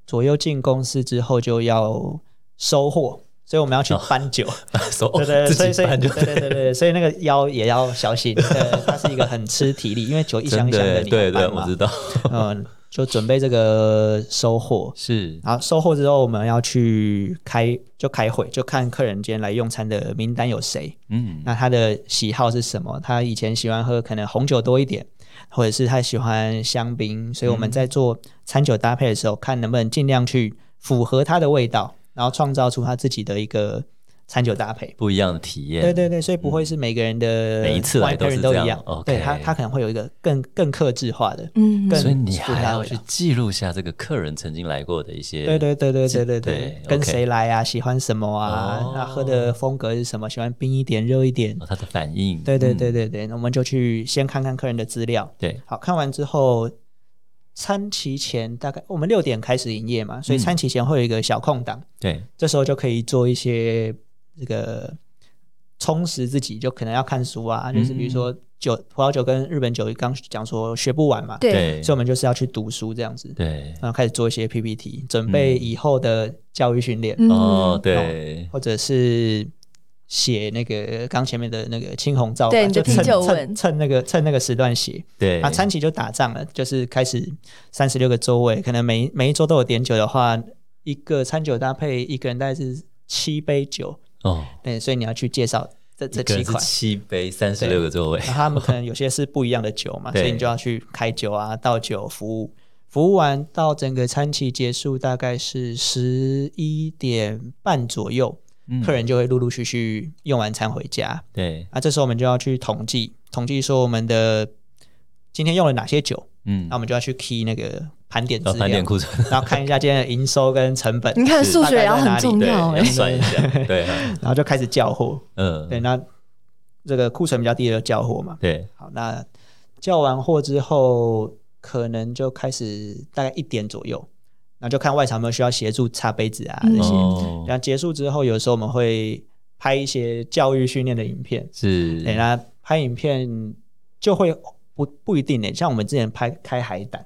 C: 左右进公司之后就要收货，所以我们要去搬酒。
B: 手
C: 对对，
B: 哦自
C: 所以所
B: 己
C: 以
B: 办
C: 对
B: 就
C: 对对对，所以那个腰也要小心，对，它是一个很吃体力，因为酒一箱
B: 真
C: 一箱
B: 的
C: 的
B: 欸
C: 你
B: 对
C: 要
B: 对，
C: 搬
B: 我
C: 嘛
B: 知，道
C: 嗯，就准备这个收货。
B: 是
C: 然后收货之后，我们要去开就开会，就看客人今天来用餐的名单有谁，
B: 嗯
C: 那他的喜好是什么？他以前喜欢喝可能红酒多一点，或者是他喜欢香槟，所以
B: 嗯
C: 我们在做餐酒搭配的时候，看能不能尽量去符合他的味道，然后创造出他自己的一个餐酒搭配。
B: 不一样的体验，
C: 对对对，所以不会是每个人
B: 嗯
C: 的
B: 每一次来
C: wine
B: 都是
C: pairing 都
B: 这样
C: 一样，
B: OK
C: 对他他可能会有一个更更克制化的，
A: 嗯
C: 更
B: 所以你
C: 符合
B: 还
C: 他的
B: 要
C: 味
B: 去
C: 道
B: 记录下这个客人曾经来过的一些，
C: 对对对对对对
B: 对
C: 对，跟
B: OK
C: 谁来啊？喜欢什么啊？
B: 哦
C: 那喝的风格是什么？喜欢冰一点、热一点
B: 哦，？他的反应，
C: 对对
B: 嗯
C: 对对对，那我们就去先看看客人的资料，
B: 对，
C: 好看完之后，餐期前大概我们六点开始营业嘛，所以餐期前会有一个小空档，
B: 对，
C: 这时候就可以做一些这个充实自己，就可能要看书啊，就是比如说酒、葡萄酒跟日本酒，刚讲说学不完嘛，
A: 对，
C: 所以我们就是要去读书这样子，
B: 对，
C: 然后开始做一些 PPT，准备以后的教育训练，
A: 嗯
B: 哦，对，
C: 或者是写那个刚前面的那个青红皂白，
A: 对你的
C: 就
A: 啤
C: 趁
A: 酒文
C: 趁趁那个趁那个时段写，
B: 对，
C: 啊，餐期就打仗了，就是开始三十六个周位，可能每每一周都有点酒的话，一个餐酒搭配一个人大概是七杯酒，
B: 哦，
C: 对，所以你要去介绍这这
B: 一个
C: 七
B: 人是
C: 款。
B: 七杯，三十六个座位，
C: 然后他们可能有些是不一样的酒 嘛，
B: 对
C: 所以你就要去开酒啊、倒酒、服务，服务完到整个餐期结束大概是十一点半左右，
B: 嗯
C: 客人就会陆陆续续用完餐回家。
B: 对，
C: 啊，这时候我们就要去统计，统计说我们的今天用了哪些酒，
B: 嗯
C: 那，我们就要去 key 那个盘点资
B: 要哦盘
C: 料
B: 点，嗯库存，
C: 然后看一下今天的营收跟成本，
A: 你看数学也要很重
B: 对，
A: 要
B: 要
A: 哎、
B: 算一 下，对啊，
C: 然后就开始叫货。对，
B: 嗯，
C: 那这个库存比较低的就叫货嘛。
B: 对，
C: 好，那叫完货之后，可能就开始大概一点左右，然后就看外场有没有需要协助擦杯子啊这
A: 嗯
C: 些。
B: 哦，
C: 然后结束之后，有时候我们会拍一些教育训练的影片。
B: 是，
C: 对，那拍影片就会不不一定呢，像我们之前拍开海胆，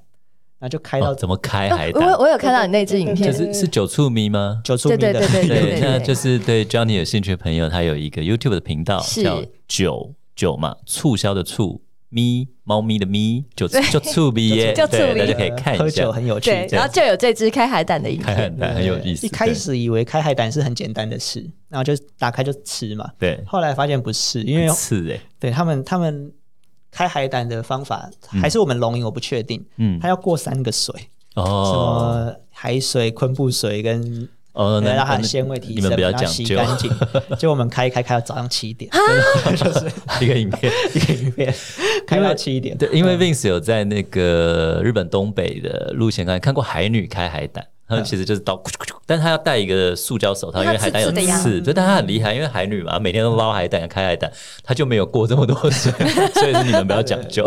C: 那就开到
B: 哦，怎么开海
A: 我
B: 胆？
A: 哎我有看到你那支影片，
B: 就是是酒醋迷吗？
C: 九处米
A: 对
C: 的
A: 对对对
B: 对，那就是对 Johnny 有兴趣的朋友，他有一个 YouTube 的频道
A: 是
B: 叫酒酒嘛，促销的促咪，猫咪的咪，酒就醋咪 耶，
A: 就醋
B: 对，
A: 咪
B: 大家可以看
C: 喝
B: 一下
C: 酒，很有趣。
A: 对，
C: 这
A: 然
C: 样
A: 后就有这支开海胆的影
B: 开
A: 片，
B: 很难，很有意思。
C: 一开始以为开海胆是很简单的事，然后就打开就吃嘛。
B: 对，对
C: 后来发现不是，因为
B: 很刺哎，
C: 对他们他们开海胆的方法还是我们龙吟，我不确定。
B: 嗯
C: 它，要过三个水，什
B: 哦
C: 么海水、昆布水跟
B: 哦，
C: 让它
B: 那
C: 的鲜味提
B: 你
C: 升，
B: 们比较
C: 然后
B: 讲
C: 洗
B: 究，
C: 干净。结果我们开一开开到早上七点，
B: 一个影片。
C: 一个影片开
B: 啊因
C: 到
B: 为
C: 七点。
B: 对，因为 Vince 有在那个日本东北的路线看看过海女开海胆，他
C: 嗯
B: 们其实就是刀，但他要戴一个塑胶手套，因
A: 因为
B: 为海胆有
A: 它刺刺的呀嗯
B: 刺，对，但他很厉害，因为海女嘛，每天都捞海胆、开海胆，他就没有过这么多水， 所以是你们不要讲究。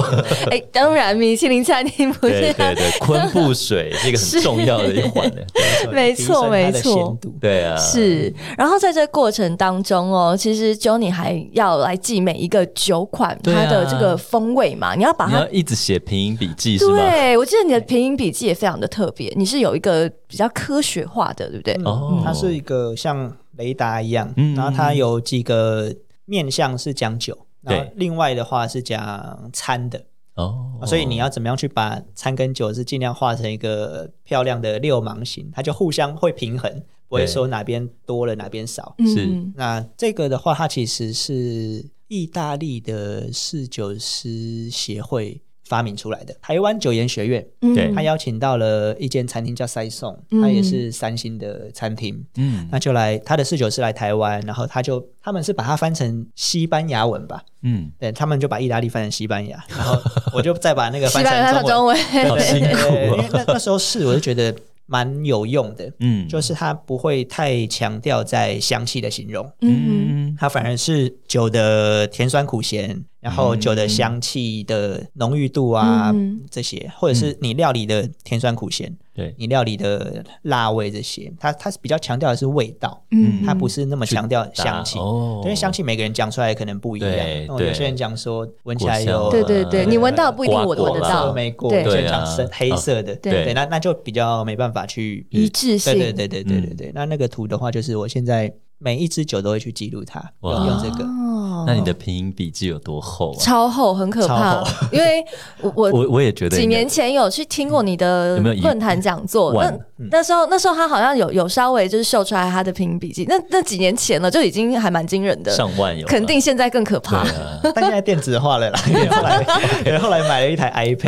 A: 哎、当然米其林餐厅不
B: 对
A: 是
B: 对对，昆布水是一个很重要的一环 的，
A: 没错
C: 提升它
A: 没
C: 的
A: 错
C: 鲜度
B: 对啊，
A: 是，然后在这过程当中哦，其实 Johnny 还要来记每一个酒款
B: 对啊
A: 它的这个风味嘛，你要把
B: 你
A: 它
B: 要。一直写拼音笔记是吗？
A: 对，我记得你的拼音笔记也非常的特别，你是有一个比较科学化的，对不对？
B: 哦
C: 嗯它是一个像雷达一样，
B: 嗯
C: 然后它有几个面向是讲酒，
B: 对
C: 然后另外的话是讲餐的，
B: 哦，
C: 所以你要怎么样去把餐跟酒是尽量画成一个漂亮的六芒形，它就互相会平衡，不会
B: 对
C: 说哪边多了哪边少。
A: 嗯
B: 是
A: 嗯
C: 那这个的话，它其实是意大利的侍酒师协会发明出来的，台湾酒研学院。
A: 嗯
B: 对
C: 他邀请到了一间餐厅叫塞颂，
A: 嗯
C: 它也是三星的餐厅，
B: 嗯
C: 那就来他的侍酒师来台湾，然后他就他们是把它翻成西班牙文吧，
B: 嗯，
C: 对他们就把意大利翻成西班牙，然后我就再把那个
A: 西
C: 翻
A: 班牙它
C: 成
A: 的
C: 中
A: 中
C: 文，
A: 文，
B: 好
C: 对
B: 辛
C: 对对对
B: 苦
C: 因为
B: 啊，
C: 那那时候试我就觉得蛮有用的，
B: 嗯，
C: 就是它不会太强调在香气的形容，
A: 嗯，
B: 嗯
C: 它反而是酒的甜酸苦咸，然
B: 嗯
C: 后酒的香气的浓郁度啊、
A: 嗯
C: 这些，或者是你料理的甜酸苦咸，
B: 对，
C: 你料理的辣味这些，它它是比较强调的是味道，
A: 嗯
C: 它不是那么强调香气
B: 打，哦
C: 因为香气每个人讲出来可能不一样。
B: 对
C: 那我有
B: 对
C: 些人讲说闻起来有
B: 果香
A: 对对对，
B: 呃
A: 你闻到不一定
B: 瓜
A: 我
B: 果
A: 闻得
B: 啦
A: 到，
C: 没过，
A: 对
C: 有些人
B: 对
C: 讲
B: 啊
C: 深黑色的，
A: 对
C: 对，那那就比较没办法去
A: 一致性，
C: 对对对对对对
B: 嗯
C: 对。那那个图的话，就是我现在每一支酒都会去记录它，用
B: 哇
C: 用这个。
A: 哦
B: 那你的拼音笔记有多厚啊？
A: 超厚很可怕
C: 超，
A: 因为我我
B: 我我也觉得
A: 几
B: 应该
A: 年前有去听过你的
B: 有没有一
A: 论坛讲座，
B: 万
A: 那那时候那时候他好像有有稍微就是秀出来他的拼音笔记，那那几年前了就已经还蛮惊人的，
B: 上万有吧，
A: 肯定现在更可怕。
B: 对啊，
C: 但现在电子化了 啦，因为后来因为后来买了一台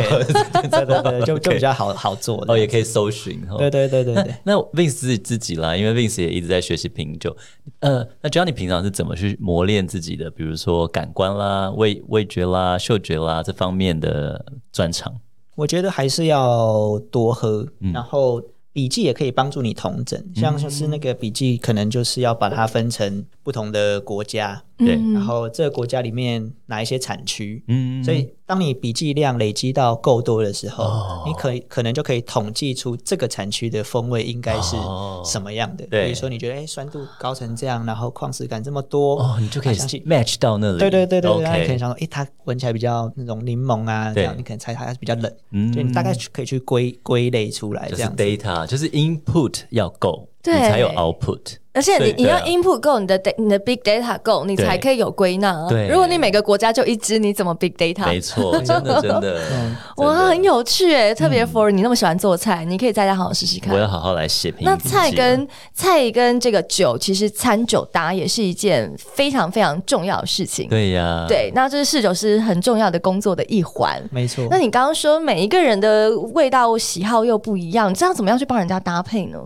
C: iPad，对哦对对， 就就比较好好做的。
B: 哦也可以搜寻哦。
C: 对对对对
B: 那
C: 对。
B: 那 Vince 自己自己啦，因为 Vince 也一直在学习品酒。呃，那 Johnny 平常是怎么去磨练自己的，比如说感官啦、味味觉啦、嗅觉啦这方面的专长？
C: 我觉得还是要多喝，然嗯后笔记也可以帮助你同整。像是那个笔记，可能就是要把它分成不同的国家，
B: 对
A: 嗯
C: 然后这个国家里面哪一些产区。
B: 嗯
C: 所以，当你笔记量累积到够多的时候，
B: 哦
C: 你可可能就可以统计出这个产区的风味应该是
B: 哦
C: 什么样的。
B: 对
C: 比如说，你觉得哎、酸度高成这样，然后矿石感这么多，
B: 哦，你就可以
C: 啊相信
B: match 到那里，
C: 对对对对对，然后你可能
B: ，OK，
C: 想说，哎，它闻起来比较那种柠檬啊，这
B: 对
C: 样你可能猜它比较冷，
B: 嗯
C: 就你大概去可以去归归类出来
B: 就
C: 这
B: 是
C: 样子。
B: data，就是 input 要够，
A: 对
B: 你才有 output。
A: 而且
B: 对
A: 你你
B: 对
A: 要
B: 啊
A: input 够，你的 da- 你的 big data 够，你
B: 对
A: 才可以有归纳啊。
B: 对
A: 如果你每个国家就一支，你怎么 big
B: 没
A: data？
B: 错，真的
C: 嗯
B: 真的，真
A: 哇，
B: 的
A: 很有趣诶，特别 for 你那么喜欢做菜，你可以在家好好试试看
B: 嗯我。要好好来写评。
A: 那菜跟菜跟这个酒，其实餐酒搭也是一件非常非常重要的事情。
B: 对啊呀，
A: 对，那这是侍酒师很重要的工作的一环。
C: 没错
A: 那，你刚刚说每一个人的味道喜好又不一样，这样怎么样去帮人家搭配呢？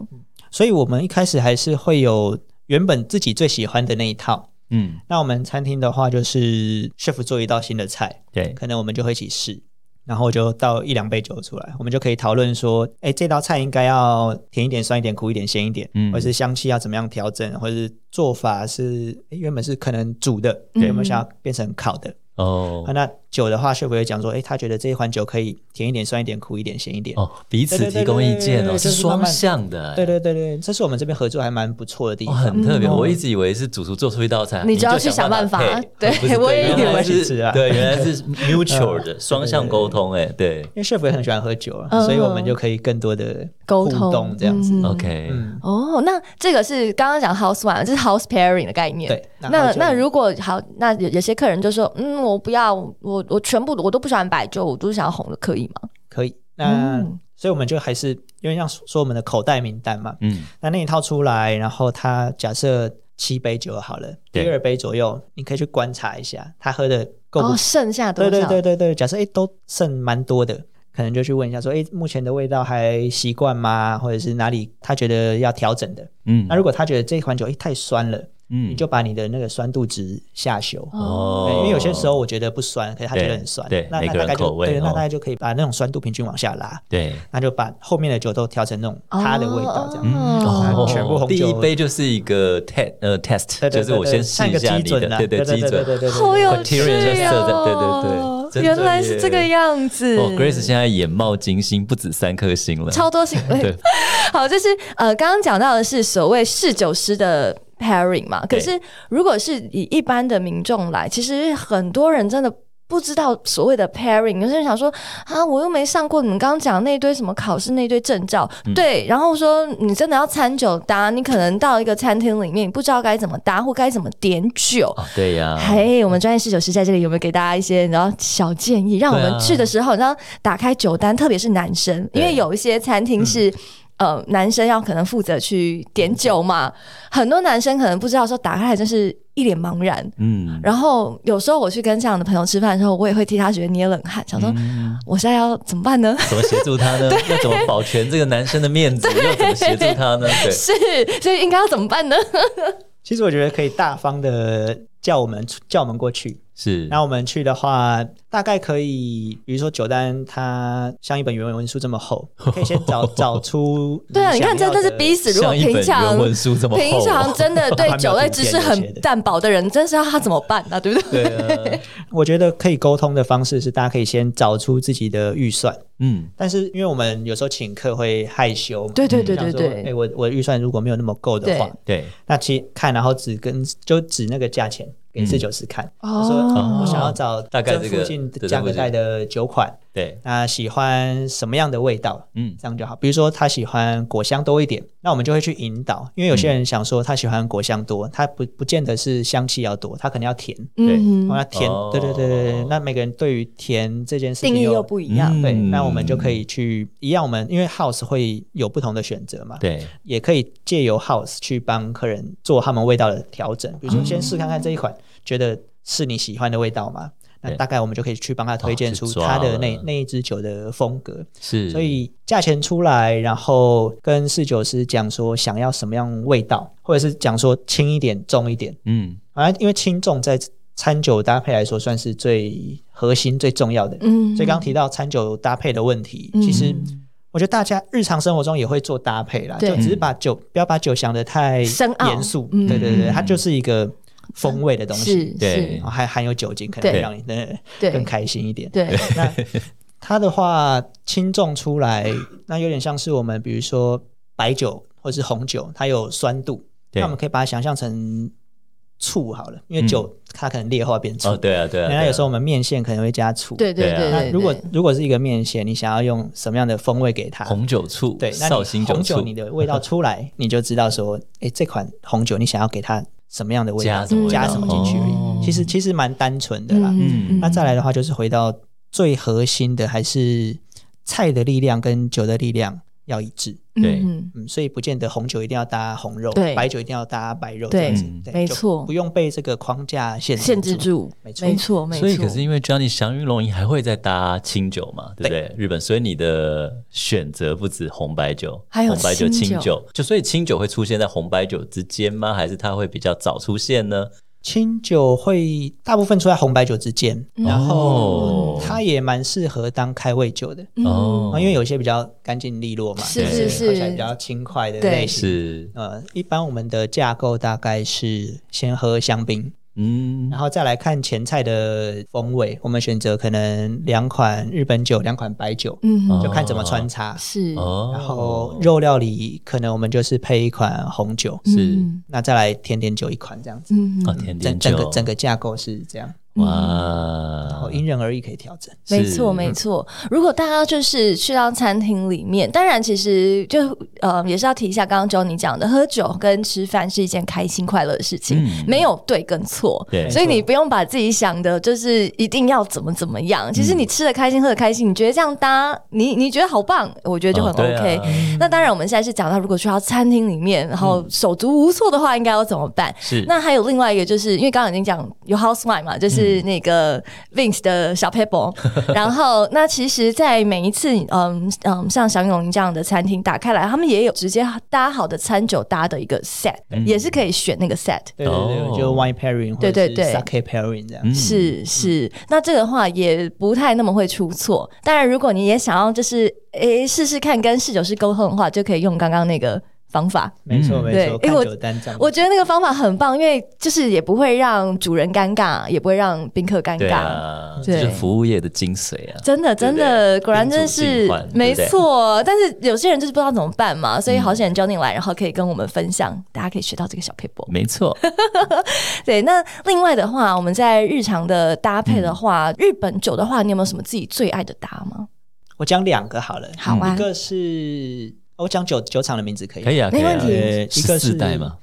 C: 所以我们一开始还是会有原本自己最喜欢的那一套。
B: 嗯，
C: 那我们餐厅的话，就是 chef 做一道新的菜，
B: 对，
C: 可能我们就会一起试，然后就倒一两杯酒出来，我们就可以讨论说，哎，这道菜应该要甜一点、酸一点、苦一点、咸一点，
B: 嗯
C: 或者是香气要怎么样调整，或者是做法是诶原本是可能煮的，
A: 对
C: 有没有想要变成烤的？
B: 哦
C: 啊那酒的话，chef 会讲说，哎，他觉得这一款酒可以甜一点、酸一点、苦一点、咸一点。
B: 哦，彼此提供意见哦，
C: 对对对对对对
B: 是
C: 就是慢
B: 双
C: 慢
B: 向的，
C: 对对对对，这是我们这边合作还蛮不错的地
B: 哦，
C: 方。
B: 很特别。
C: 嗯
B: 我一直以为是主厨做出一道菜，
A: 你
B: 就
A: 就要去
B: 想
A: 想办法啊
B: 配
A: 对
B: 不是
A: 我也
B: 原
A: 以为
B: 来是
C: 是啊嗯
B: 对，原来是 mutual 的双向沟通，哎，对
C: 因为 chef 也很喜欢喝酒啊，
A: 嗯
C: 所以我们就可以更多的
A: 沟
C: 互
A: 通
C: 动这样子。
A: 嗯
B: ，OK，
C: 嗯，
A: 哦，那这个是刚刚讲 house one，这是 house pairing 的概念。
C: 对然
A: 那
C: 后就
A: 那如果好，那有有些客人就说，嗯，我不要，我我全部我都不喜欢白酒，我就是想要红的，可以吗？
C: 可以。那、
A: 嗯
C: 所以我们就还是因为像说我们的口袋名单嘛，
B: 嗯，
C: 那那一套出来，然后他假设七杯酒好了，
B: 对
C: 第二杯左右，你可以去观察一下他喝的够不够。
A: 哦，剩下多
C: 对
A: 少？
C: 对对对对，假设诶都剩蛮多的，可能就去问一下说，诶目前的味道还习惯吗？或者是哪里他觉得要调整的？
B: 嗯
C: 那如果他觉得这款酒诶太酸了，
B: 嗯
C: 啊你就把你的那个酸度值下修。
A: 哦，
C: 对，因为有些时候我觉得不酸，可是他觉得很酸，
B: 对对
C: 那
B: 每
C: 那
B: 个
C: 大
B: 人
C: 概就
B: 口味
C: 对，
B: 哦
C: 那大概就可以把那种酸度平均往下拉，
B: 对。
C: 那就把后面的酒都调成那种它的味道这样。
A: 哦
C: 哦全部红
B: 第
C: 酒
B: 一杯就是一个 test，呃，test，
C: 对对对
B: 就是我先试一下
C: 看个
B: 你
C: 基准
B: 的，
C: 啊
B: 对
C: 对
B: 基
C: 对对
B: 准哦
C: 对。对，
A: 好有趣
B: Material 就是色的对
A: 哦！
B: 对对真的
A: 原来是这个
B: 耶
A: 样子。
B: 哦，Grace 现在眼冒金星，不止三颗星了，
A: 超多行为
B: 对。
A: 好，就是呃，刚刚讲到的是所谓侍酒师的 pairing 嘛。可
B: 对
A: 是如果是以一般的民众来，其实很多人真的。不知道所谓的 pairing，有些人想说啊，我又没上过你们刚刚讲那一堆什么考试那一堆证照，
B: 嗯
A: 对，然后说你真的要餐酒搭，你可能到一个餐厅里面，你不知道该怎么搭或该怎么点酒，
B: 哦对呀，
A: 嘿，我们专业侍酒师在这里有没有给大家一些你知道小建议，让我
B: 对啊
A: 们去的时候，你知道打开酒单，特别是男生，因为
B: 对嗯
A: 有一些餐厅是。呃，男生要可能负责去点酒
B: 嗯
A: 嘛，很多男生可能不知道说打开来真是一脸茫然。
B: 嗯，
A: 然后有时候我去跟这样的朋友吃饭的时候，我也会替他觉得捏冷汗，想说、
B: 嗯
A: 我现在要怎么办呢？，
B: 怎么协助他 呢？要怎么保全这个男生的面子？又怎么协助他 呢？对 嗯
A: 是，所以应该要怎么办呢？
C: 其实我觉得可以大方的叫我们出叫我们过去，
B: 是，
C: 那我们去的话，大概可以，比如说酒单它像一本原文书这 么厚，可以先找
B: 哦
C: 找出
A: 对啊，你看
C: 想
A: 这
C: 要
A: 这是
C: 的
A: 逼死。如果
B: 像一
A: 平
B: 本
A: 常
B: 原文书这么厚哦，
A: 平常真 的对
C: 还没有
A: 酒类
C: 图
A: 知
C: 鉴
A: 识
C: 有
A: 很
C: 些的
A: 淡薄的人，真是要他怎么办呢、对不对？
B: 对 啊，
C: 我觉得可以沟通的方式是，大家可以先找出自己的预算，
B: 嗯，
C: 但是因为我们有时候请客会害羞嘛，
A: 对对对对
C: 想说
A: 对
C: 哎、我我预算如果没有那么够的话
A: 对，
B: 对，
C: 那去看，然后只跟就指那个价钱给四九十看，
A: 哦
C: 就说我想要
B: 哦
C: 找
B: 大概这个
C: 附近
B: 对这
C: 价格
B: 附近
C: 带的酒款，
B: 对，
C: 那喜欢什么样的味道，
B: 嗯，
C: 这样就好。比如说他喜欢果香多一点，那我们就会去引导，因为有些人想说他喜欢果香多，他不不见得是香气要多，他可能要甜。
B: 对
A: 嗯
C: 哦，
A: 哼
C: 那甜
B: 哦，
C: 对对对对对，那每个人对于甜这件事情
A: 定义
C: 又
A: 又不一样。
B: 嗯
C: 对，那我们就可以去一样，我们因为 house 会有不同的选择嘛，，
B: 对，
C: 也可以借由 house 去帮客人做他们味道的调整，比如说先试看看这一款，觉得是你喜欢的味道吗？那
B: 嗯对
C: 大概我们就可以去帮他推荐
B: 哦去
C: 出
B: 抓
C: 他的那、
B: 了
C: 那一支酒的风格，
B: 是，
C: 所以价钱出来，然后跟侍酒师讲说想要什么样味道，或者是讲说轻一点、重一点。
B: 嗯，
C: 反正因为轻重在餐酒搭配来说算是最核心、最重要的。
A: 嗯
C: 所以刚刚提到餐酒搭配的问题，
A: 嗯
C: 其实我觉得大家日常生活中也会做搭配啦，
A: 对
C: 就只是把酒不要把酒想得太
A: 深奥
C: 严肃，
A: 嗯
C: 对对对，它就是一个风味的东西，
A: 是
B: 对
A: 是
C: 然，后还含有酒精，可
A: 对
C: 能会让你呃更
A: 对
C: 开心一点。
A: 对，
C: 那它的话轻重出来，那有点像是我们比如说白酒或是红酒，它有酸度，
B: 对嗯
C: 那我们可以把它想象成醋好了，因为酒它可能烈后变醋
B: 哦，，对啊，对啊，对
C: 那
B: 啊
C: 有时候我们面线可能会加醋，
A: 对对
B: 对啊
A: 对
B: 那
A: 对。
C: 如果
A: 对
C: 如果是一个面线，你想要用什么样的风味给它？
B: 红酒醋，
C: 对，那
B: 绍
C: 你
B: 兴酒
C: 红酒
B: 醋，
C: 你的味道 出来，你就知道说，哎、这款红酒你想要给它什么样的味道，
B: 加什么味道
C: 加什么进去而已。
B: 哦嗯
C: 其实其实蛮单纯的啦。
A: 嗯
C: 嗯那再来的话，就是回到最核心的，还是菜的力量跟酒的力量要一致。
B: 对
A: 嗯
C: 嗯，所以不见得红酒一定要搭红肉，
A: 对
C: 白酒一定要搭白肉，
A: 对
C: 这样子
B: 嗯，
C: 对
A: 没
C: 就
A: 错
C: 不用被这个框架限制
A: 限制
C: 住。
A: 住，
C: 没错
A: 没错，没错。
B: 所以可是因为 Johnny 祥云龙吟还会再搭清酒嘛，对不对？日本，所以你的选择不止红白酒，
A: 还有
B: 红白酒、
A: 清
B: 清
A: 酒
B: 酒，就所以清酒会出现在红白酒之间吗？还是它会比较早出现呢？
C: 清酒会大部分出在红白酒之间，然后
B: 哦
C: 它也蛮适合当开胃酒的，
A: 嗯
B: 哦
C: 啊，因为有些比较干净利落嘛，
A: 是
C: 对
B: 是
C: 喝起来
A: 是
C: 比较轻快的
A: 对
C: 类型。
B: 是，
C: 呃，一般我们的架构大概是先喝香槟，
B: 嗯
C: 然，后再来看前菜的风味，我们选择可能两款日本酒，两款白酒，
A: 嗯哼
B: 哦
C: 就看怎么穿插。
A: 是
B: 哦
C: 然后肉料理可能我们就是配一款红酒，
B: 是
A: 嗯
C: 那再来甜点酒一款这样子。
A: 嗯
B: 哦，
A: 哼
B: 甜点
C: 整
B: 酒，
C: 整个整个架构是这样，然
B: 哇
C: 后，因人而异可以调整。
A: 没
B: 是嗯
A: 错，没错。如果大家就是去到餐厅里面，当然其实就呃也是要提一下，刚刚 Johnny 讲的，喝酒跟吃饭是一件开心快乐的事情，
B: 嗯
A: 没有对跟错。
B: 对
A: 所以你不用把自己想的，就是一定要怎么怎么
B: 嗯
A: 样。其实你吃的开心，喝的开心，你觉得这样搭，你你觉得好棒，我觉得就很
B: 哦对啊
A: OK。那当然，我们现在是讲到，如果去到餐厅里面，然
B: 嗯
A: 后手足无措的话，应该要怎么办？
B: 是
A: 那还有另外一个，就是因为刚刚已经讲有 house wine 嘛，就是那
B: 嗯
A: 个 Vince 的小 paper，、然后那其实，在每一次嗯嗯像祥永这样的餐厅打开来，他们也有直接搭好的餐酒搭的一个 set，、也
B: 嗯
A: 是可以选那个 set。
C: 对对
B: 哦嗯
C: 对，就 wine pairing 或
A: 对
C: 者
A: 对
C: 是
A: 对
C: sake pairing 这样。
A: 是是，那这个的话也不太那么会出错。当然，如果你也想要就是诶试试看跟侍酒师沟通的话，就可以用刚刚那个方法。
C: 没
B: 嗯
C: 错没
A: 对
C: 错，
A: 因为我
C: 看酒单这样。
A: 我觉得那个方法很棒，因为就是也不会让主人尴尬，也不会让宾客尴
B: 对
A: 尬。
B: 啊，
A: 对
B: 这是服务业的精髓啊，
A: 真的，
B: 对
A: 真
B: 不
A: 的，
B: 对
A: 果然
B: 宾
A: 真
B: 主
A: 的
B: 尽
A: 是
B: 欢对不
A: 没
B: 对
A: 错。但是有些人就是不知道怎么办嘛，所以好想 Johnny 来，然后可以跟我们分享，大家可以学到这个小 paper。
B: 没错，
A: 对，那另外的话，我们在日常的搭配的
B: 嗯
A: 话，日本酒的话，你有没有什么自己最爱的搭吗？
C: 我讲两个好了，
A: 好
B: 嗯
A: 啊
C: 一，个是哦我讲酒酒厂的名字可以吗，
B: 可以啊，可
A: 没
B: 以
A: 问题
B: 啊，
C: 呃，一
B: 十
C: 个
B: 四
C: 是
B: 代嘛，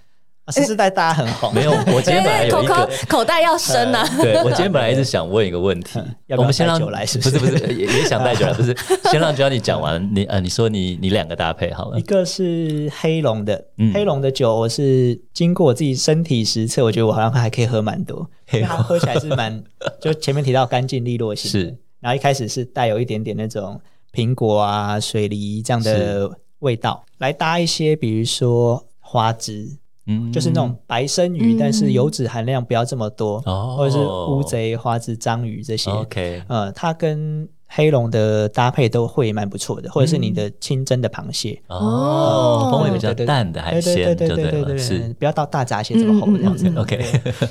C: 啊，十四代大家很红，
B: 没有，我今天本来有
A: 口
B: 一
A: 口
B: 个。
A: 口袋要深啊，
B: 对，我今天本来一直想问一个问题
C: ，要不要
B: 我们先
C: 带
B: 让
C: 酒来是
B: 不
C: 不
B: 是
C: 是
B: 不是也也想带 酒来，不是先让 Johnny 讲完，你呃你说你你两个搭配好了
C: 一，个是黑龙的，
B: 嗯
C: 黑龙的酒我是经过我自己身体实测，我觉得我好像还可以喝蛮多，因为它喝起来是 蛮，就前面提到干净利落型的
B: 是，
C: 然后一开始是带有一点点那种苹果啊、水梨这样的味道，来搭一些比如说花枝，
B: 嗯
C: 就是那种白生鱼，
A: 嗯
C: 但是油脂含量不要这么多，
B: 哦
C: 或者是乌贼、花枝、章鱼这些，
B: OK
C: 呃，它跟黑龙的搭配都会蛮不错的，或者是你
B: 嗯
C: 的清蒸的螃蟹，
B: 哦
A: 哦，
B: 风味比较淡的海鲜就
C: 对对对
B: 了，是嗯
C: 不要到大闸蟹这么红这样子。
B: OK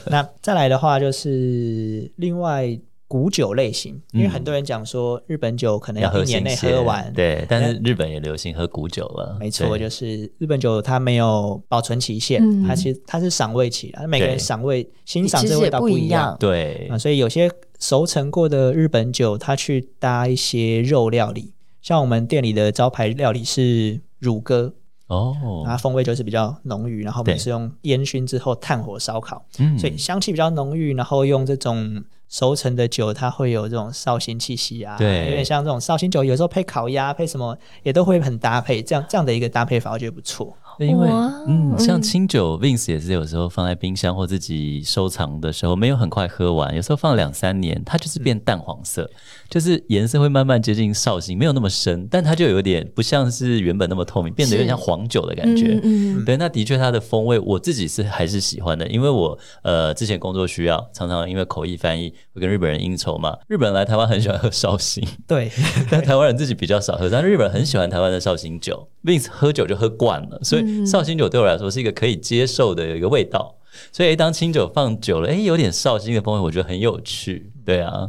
C: 那再来的话就是另外古酒类型，因为很多人讲说日本酒可能
B: 嗯要
C: 要
B: 喝
C: 一年
B: 新
C: 内
B: 鲜
C: 喝完，，
B: 对，但是日本也流行喝古酒了，
C: 没错，
B: 对
C: 就是日本酒它没有保存期限，
A: 嗯
C: 它其实它是赏味期啦，每个人赏味
B: 呃
C: 欣赏
A: 其
C: 这
A: 实
C: 个
A: 也
C: 味道
A: 不
C: 一
A: 一样。
B: 对
C: 啊，所以有些熟成过的日本酒，它去搭一些肉料理，像我们店里的招牌料理是乳鸽，然
B: 哦，
C: 后风味就是比较浓郁，然后我
B: 对
C: 们是用烟熏之后炭火烧烤，
B: 嗯
C: 所以香气比较浓郁，然后用这种熟成的酒，它会有这种绍兴气息啊，
B: 对
C: 有点像这种绍兴酒，有时候配烤鸭配什么也都会很搭配，这样这样的一个搭配法，我觉得不错。
B: 对因为
A: 哇
B: 嗯，像清酒 Vince 也是有时候放在冰箱或自己收藏的时候，没有很快喝完，有时候放两三年，它就是变淡黄色，
A: 嗯
B: 就是颜色会慢慢接近绍兴，没有那么深，但它就有点不像是原本那么透明，变得有点像黄酒的感觉。
A: 嗯嗯
B: 对，那的确它的风味我自己是还是喜欢的，因为我呃之前工作需要，常常因为口译翻译会跟日本人应酬嘛，日本人来台湾很喜欢喝绍兴，
C: 对，
B: 但台湾人自己比较少喝，但日本人很喜欢台湾的绍兴酒，Vince 喝酒就喝惯了，所以绍兴酒对我来说是一个可以接受的一个味道。所以，诶当清酒放久了，哎，有点绍兴的风味，我觉得很有趣。对啊，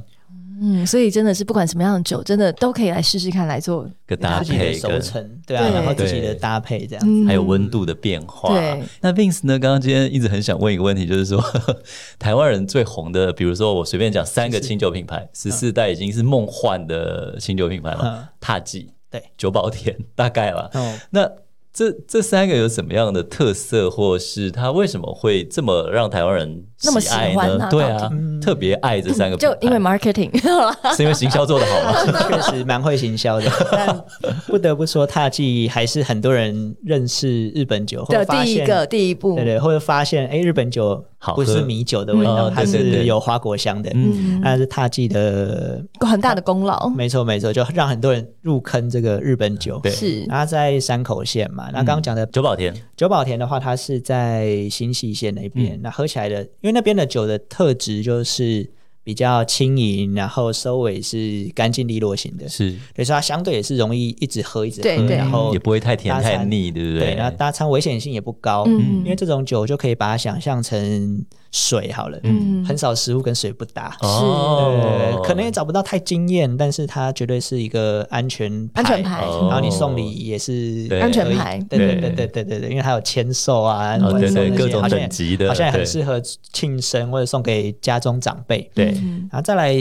A: 嗯，所以真的是不管什么样的酒，真的都可以来试试看来做。
B: 个搭
C: 自己的
B: 配
C: 熟
B: 跟
C: 成，对啊，
A: 对
C: 然后自己的
B: 对
C: 搭配这样子。
A: 嗯，
B: 还有温度的变化。
A: 对
B: 那 Vince 呢？刚刚今天一直很想问一个问题，就是说 台湾人最红的，比如说我随便讲三个清酒品牌，十四代已经是梦幻的清酒品牌
C: 嗯
B: 了，踏迹、
C: 对
B: 久保田，大概啦。
C: 哦，
B: 那这这三个有什么样的特色，或是它为什么会这么让台湾人
A: 那么
B: 喜爱
A: 喜欢
B: 呢
A: 啊？
B: 对
A: 到
B: 啊
A: 底，
C: 嗯
B: 特别爱这 三个品
A: 就
B: 牌，
A: 因为 marketing
B: 是因为行销做的好 吗？
C: 确实蛮会行销的，但不得不说，踏记还是很多人认识日本酒或者
A: 的
C: 发
A: 第一
C: 现
A: 个第一步，
C: 对对，或者发现哎、诶日本酒
B: 好
C: 不是
B: 喝
C: 米酒的味道，
B: 嗯
C: 它
B: 哦对对
C: 是
B: 对
C: 有花果香的，
B: 嗯
C: 那是踏记的，
A: 很大的功劳
C: 没错没错，就让很多人入坑这个日本酒。
B: 对，嗯
A: 是
C: 那在山口县嘛，那刚刚讲的
B: 久保田，
C: 久保田的话，它是在新泻县那边，
B: 嗯
C: 那喝起来的，因为那边的酒的特质就是比较轻盈，然后收尾是干净利落型的，
B: 是
C: 所以说它相对也是容易一直喝一直喝，
A: 对对
C: 然后
B: 嗯也不会太甜
C: 搭餐
B: 太腻，对不
C: 对，
B: 对？
C: 那搭餐危险性也不高，
A: 嗯
C: 因为这种酒就可以把它想象成水好了，
A: 嗯
C: 很少食物跟水不搭。
B: 哦
C: 呃，，可能也找不到太惊艳，但是它绝对是一个安全
A: 安全牌嗯
B: 哦
C: 然后你送礼也是
B: 对
A: 安全牌
C: 对对对对对对对，因为它有签售啊，
B: 哦对
C: 送
B: 对
C: 那些
B: 各种
C: 好像也
B: 等级的
C: 好像也很
B: 对
C: 适合庆生或者送给家中长辈。
B: 对。
A: 嗯
C: 然后再来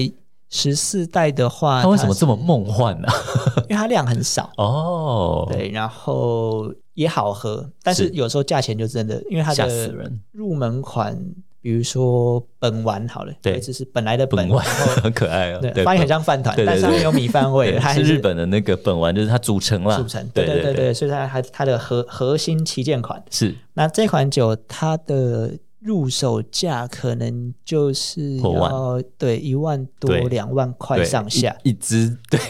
C: 十四代的话，
B: 它为什么
C: 是
B: 这么梦幻 呢？
C: 因为它量很少，
B: 哦，，
C: 对，然后也好喝，但是
B: 是
C: 有时候价钱就真的，因为它
B: 哦吓死
C: 的
B: 人，
C: 入门款，比如说本丸好了，
B: 对
C: 有一只是本来的
B: 本丸 很可爱啊，
C: 对，发现很像饭团，
B: 对对
C: 但是它
B: 对
C: 没有米饭味
B: 对，
C: 的，它还
B: 是日本的那个本丸，就是它组成啦，
C: 组成，
B: 对
C: 对对
B: 对
C: 对对，，所以它还它的核核心旗舰款。
B: 是
C: 那这款酒它的入手价可能就是
B: 破万
C: 要对一万多
B: 对
C: 两万块
B: 对
C: 上下，
B: 一一支，对，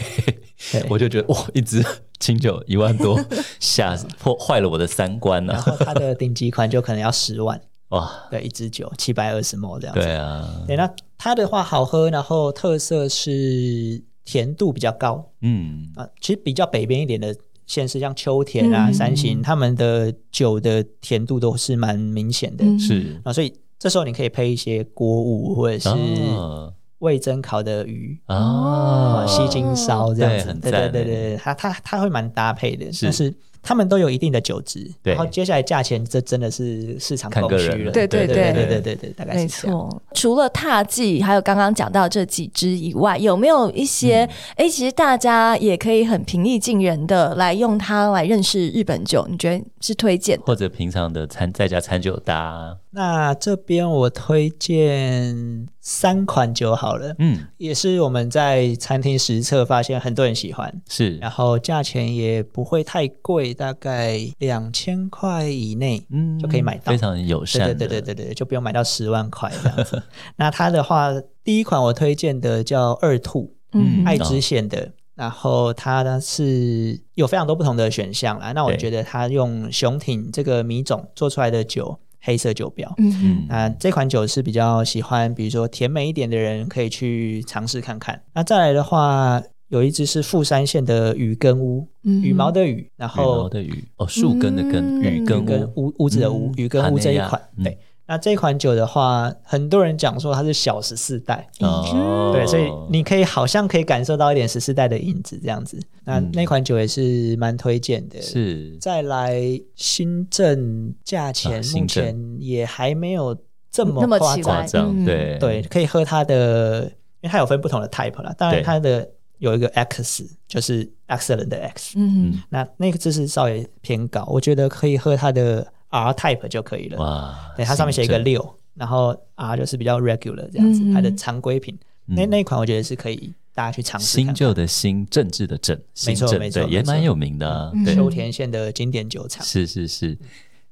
C: 对
B: 我就觉得哇，一支清酒一万 多，吓死破坏了我的三观
C: 然
B: 呢、
C: 后它的顶级款就可能要十万，
B: 哇，
C: 对，一支酒七百二十 ml 这样子。
B: 对啊，
C: 对，那它的话好喝，然后特色是甜度比较高
B: 嗯，
C: 啊。其实比较北边一点的县市，像秋田啊、
A: 嗯
C: 三星，他们的酒的甜度都是蛮明显的、
A: 嗯
B: 是
C: 啊，所以这时候你可以配一些锅物或者是
B: 啊
C: 味增烤的鱼。啊，
B: 啊，
C: 西京烧这样
B: 对
C: 子，
B: 很
C: 对对
B: 赞
C: 对
B: 欸
C: 对，它它它会蛮搭配的，
B: 是
C: 但是他们都有一定的酒值，
B: 对
C: 然后接下来价钱这真的是市场
B: 看
C: 供
B: 个
C: 需
B: 人
C: 了，
B: 了
A: 对
C: 对
A: 对
C: 对
A: 对
C: 对对对，大概
A: 没
C: 是这样。
A: 错，除了踏迹，还有刚刚讲到这几支以外，有没有一些？
B: 嗯
A: 哎、其实大家也可以很平易近人的来用它来认识日本酒，你觉得是推荐？
B: 或者平常的餐在家餐酒搭，
C: 那这边我推荐三款酒好了，
B: 嗯，
C: 也是我们在餐厅实测发现很多人喜欢，
B: 是，
C: 然后价钱也不会太贵，大概两千块以内。
B: 嗯，
C: 就可以买到
B: 非常友
C: 对
B: 善，
C: 对对对，对对，就不用买到十万块这样 子。那它的话，第一款我推荐的叫二兔，
B: 嗯
C: 爱知县的。然后它呢是有非常多不同的选项啦。那我
B: 对
C: 觉得它用熊挺这个米种做出来的酒，黑色酒标，
A: 嗯
B: 嗯，
C: 那这款酒是比较喜欢，比如说甜美一点的人可以去尝试看看。那再来的话，有一只是富山县的雨根屋，
A: 嗯
C: 羽毛的羽，然
B: 羽毛
C: 后
B: 的羽，哦，树根的根，
A: 嗯
B: 羽根
C: 跟
B: 屋，
C: 屋屋子的屋
B: 嗯，
C: 雨根屋这一
B: 哈内亚
C: 款。
B: 嗯
C: 对，那这款酒的话，很多人讲说它是小十四代。
B: 哦，
C: 对，所以你可以好像可以感受到一点十四代的影子这样子。那
B: 嗯
C: 那款酒也是蛮推荐的。。
B: 是
C: 再来新政价钱
B: 啊
C: 目
B: 新政
C: 前也还没有这么
A: 那么
C: 夸
A: 奇
C: 张
A: 怪
B: 夸张，
A: 嗯
B: 对
C: 对，，可以喝它的，因为它有分不同的 type 啦。当然，
B: 对
C: 它的有一个 X，就是 excellent 的 X，
A: 嗯，
C: 那那个字是稍微偏高，我觉得可以喝它的 R type 就可以了。
B: 哇，
C: 对，它上面写一个
B: 新政
C: 六，然后 R 就是比较 regular 这样子，
A: 嗯
C: 它的常规品。那
B: 嗯
C: 那一款我觉得是可以大家去尝试看
B: 新
C: 看。
B: 旧的新，政治的政，新
C: 没错
B: 政
C: 没错嗯
B: 对，也
C: 没错
B: 蛮有名的啊。对，
C: 秋田县的经典酒厂，
B: 是是是。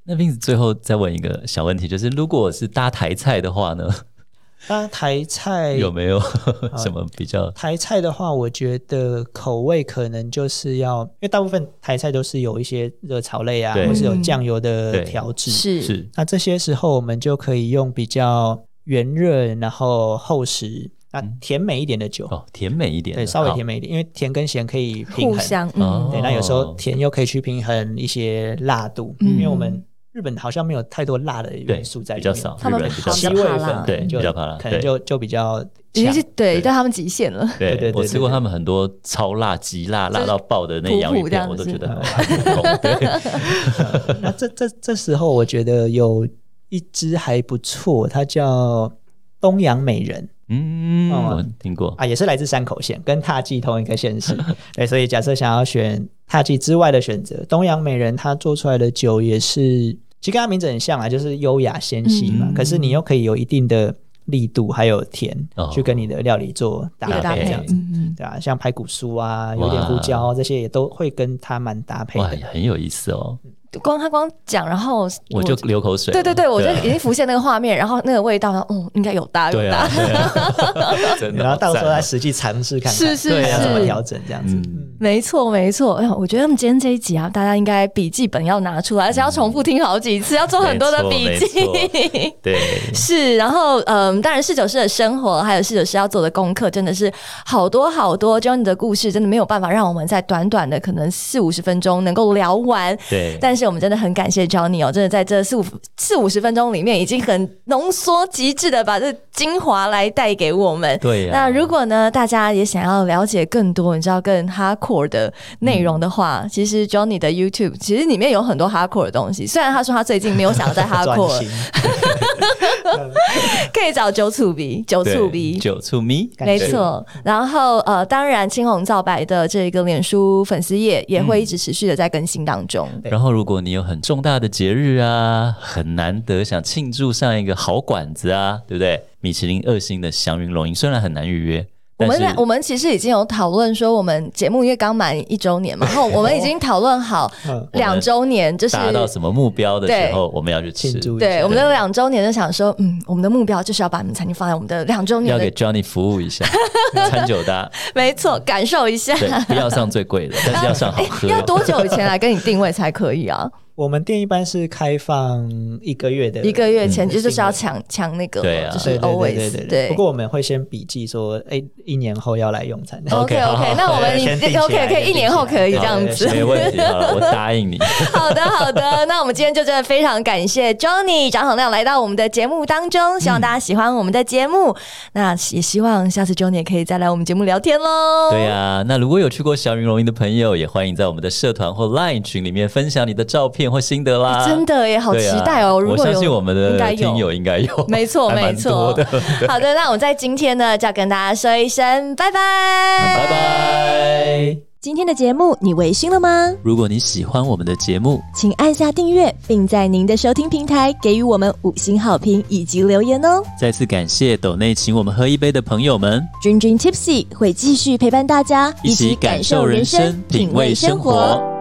B: 那斌子最后再问一个小问题，就是如果是搭台菜的话呢，
C: 那台菜
B: 有没有 什么比较？
C: 台菜的话，我觉得口味可能就是要，因为大部分台菜都是有一些热炒类啊，
B: 对
C: 或是有
A: 嗯
C: 酱油
B: 对
C: 的调制。
A: 是
B: 是
C: 那这些时候我们就可以用比较圆润，然后厚实，那甜美一点的酒，
B: 嗯哦，甜美一点的，
C: 对，稍微
B: 好
C: 甜美一点，因为甜跟咸可以平
A: 互
C: 衡。
A: 相嗯
B: 哦
C: 对，那有时候
B: 哦
C: 甜又可以去平衡一些辣度，
A: 嗯
C: 因为我们日本好像没有太多辣的元素在
B: 比
C: 里
B: 较
C: 面，
B: 少，
A: 他
B: 日
A: 们
B: 本比较
A: 好
C: 七
B: 少
A: 像。怕
C: 味粉
A: 辣
B: 对
C: 就
B: 比较怕辣
C: 可能
B: 对
C: 就就比较
A: 已经是
C: 强
A: 对到他们极限了。
C: 对
B: 对，
C: 对对
B: 我吃过
C: 对
B: 他们很多超辣、极辣、
A: 是
B: 辣到爆的那洋
A: 普
B: 芋
A: 普这
B: 片，
A: 样
B: 我都
A: 子
B: 觉得
C: 哦
B: 很好 吃对
C: 那这这这时候，我觉得有一只还不错，它叫东洋美人
B: 嗯，
C: 哦
B: 我听过。
C: 啊，也是来自山口县，跟踏迹同一个县 市。对，所以假设想要选踏迹之外的选择，东洋美人它做出来的酒也是，其实跟它名字很像啊，就是优雅纤细嘛。
B: 嗯
C: 可是你又可以有一定的力度，还有甜，
B: 哦
C: 去跟你的料理做搭
A: 一个搭
C: 配
A: 配
C: 这样，子。
A: 嗯，
C: 对啊，像排骨酥啊，有点胡椒这些也都会跟它蛮搭配
B: 哇，
C: 的。
B: 很有意思哦！
A: 嗯光他光讲，然后
B: 我就流口水了。
A: 对对对，我就
B: 啊
A: 已经浮现那个画面，然后那个味道，嗯，应该有搭有
B: 对
A: 搭
B: 啊，，对 啊真的。
C: 然后到时候
B: 好赞
C: 再
B: 哦
C: 实际尝试看看，
A: 是是
C: 对要啊怎么
A: 是
C: 调整这样子。
B: 嗯
C: 嗯，
A: 没错，没错。哎呀，我觉得我们今天这一集啊，大家应该笔记本要拿
C: 嗯
A: 出来，而且要重复听好几次，要做很多的笔
B: 没错
A: 记。
B: 对，
A: 是，然后嗯，当然侍酒师的生活还有侍酒师要做的功课，真的是好多好多。j o h n 的故事真的没有办法让我们在短短的可能四五十分钟能够聊完。
B: 对
A: 但是我们真的很感谢 Johnny 哦，真的在这四五四五十分钟里面，已经很浓缩极致的把这精华来带给我们。
B: 对呀。
A: 那如果呢，大家也想要了解更多，你知道更 hardcore 的内容的话，
B: 嗯
A: 其实 Johnny 的 YouTube 其实里面有很多 hardcore 的东西。虽然他说他最近没有想要 再
C: 转
A: hardcore，
C: 型，
A: 可以找九醋鼻，九
B: 对
A: 醋鼻。
B: 九醋咪，
C: 感
A: 没
C: 觉
A: 错，然后呃，当然青红皂白的这个脸书粉丝页也会一直持续的在更新当中。
C: 对
B: 然后，如果你有很重大的节日啊，很难得想庆祝上一个好馆子啊，对不对？米其林二星的祥云龙吟虽然很难预约，
A: 我
B: 但
A: 们
B: 是
A: 俩我们其实已经有讨论说，我们节目因为刚满一周 年嘛，然后我们已经讨论好
C: 嗯
A: 两周年，就是
B: 达到什么目标的时候，我们要去吃
C: 庆，祝一下
A: 对，我们的两周年就想说，嗯，我们的目标就是要把我们餐厅放在我们的两周年
B: 要给
A: 的，
B: Johnny 服务 一下，餐酒搭，
A: 没错，感受一下。
B: 对，不要上最贵 的，但是要上好喝。
A: 哎要多久以前来跟你定位才可以啊？
C: 我们店一般是开放一个月的，
A: 一个月前
C: 嗯
A: 就就是要 抢抢那个嘛，
B: 对啊
A: 就是
C: 对对对
A: always
C: 对对对。不过我们会先笔记说，哎，一年后要来用餐。
A: OK
B: 好好
A: OK，那我们
C: 先定起来
A: OK 可
C: 先
A: 以
C: 定
A: 一年后
C: 起来
A: 可以这
B: 好
A: 样
C: 对
A: 子。
B: 没问 题，好了，我答应你。
A: 好的，好的。那我们今天就真的非常感谢 Johnny 张恒亮来到我们的节目当中，希望大家喜欢我们的节目。那也希望下次 Johnny 也可以再来我们节目聊天喽。
B: 对呀、那如果有去过祥云龙吟的朋友，也欢迎在我们的社团或 LINE 群里面分享你的照片或心得啦。
A: 哎真的耶，好
B: 对
A: 期
B: 啊，
A: 待哦！如
B: 我
A: 果有
B: 相信我们
A: 应该
B: 的
A: 有
B: 听友应该有，
A: 没错，
B: 还
A: 没
B: 蛮
A: 错
B: 多的。。
A: 好的，那我们在今天呢，就要跟大家说一声拜拜。
B: 拜拜。
A: 今天的节目你微醺了吗？
B: 如果你喜欢我们的节目，
A: 请按下订阅，并在您的收听平台给予我们五星好评以及留言哦。
B: 再次感谢斗内请我们喝一杯的朋友们，
A: 君君 Tipsy 会继续陪伴大家，
B: 一起感受人生，品味生活。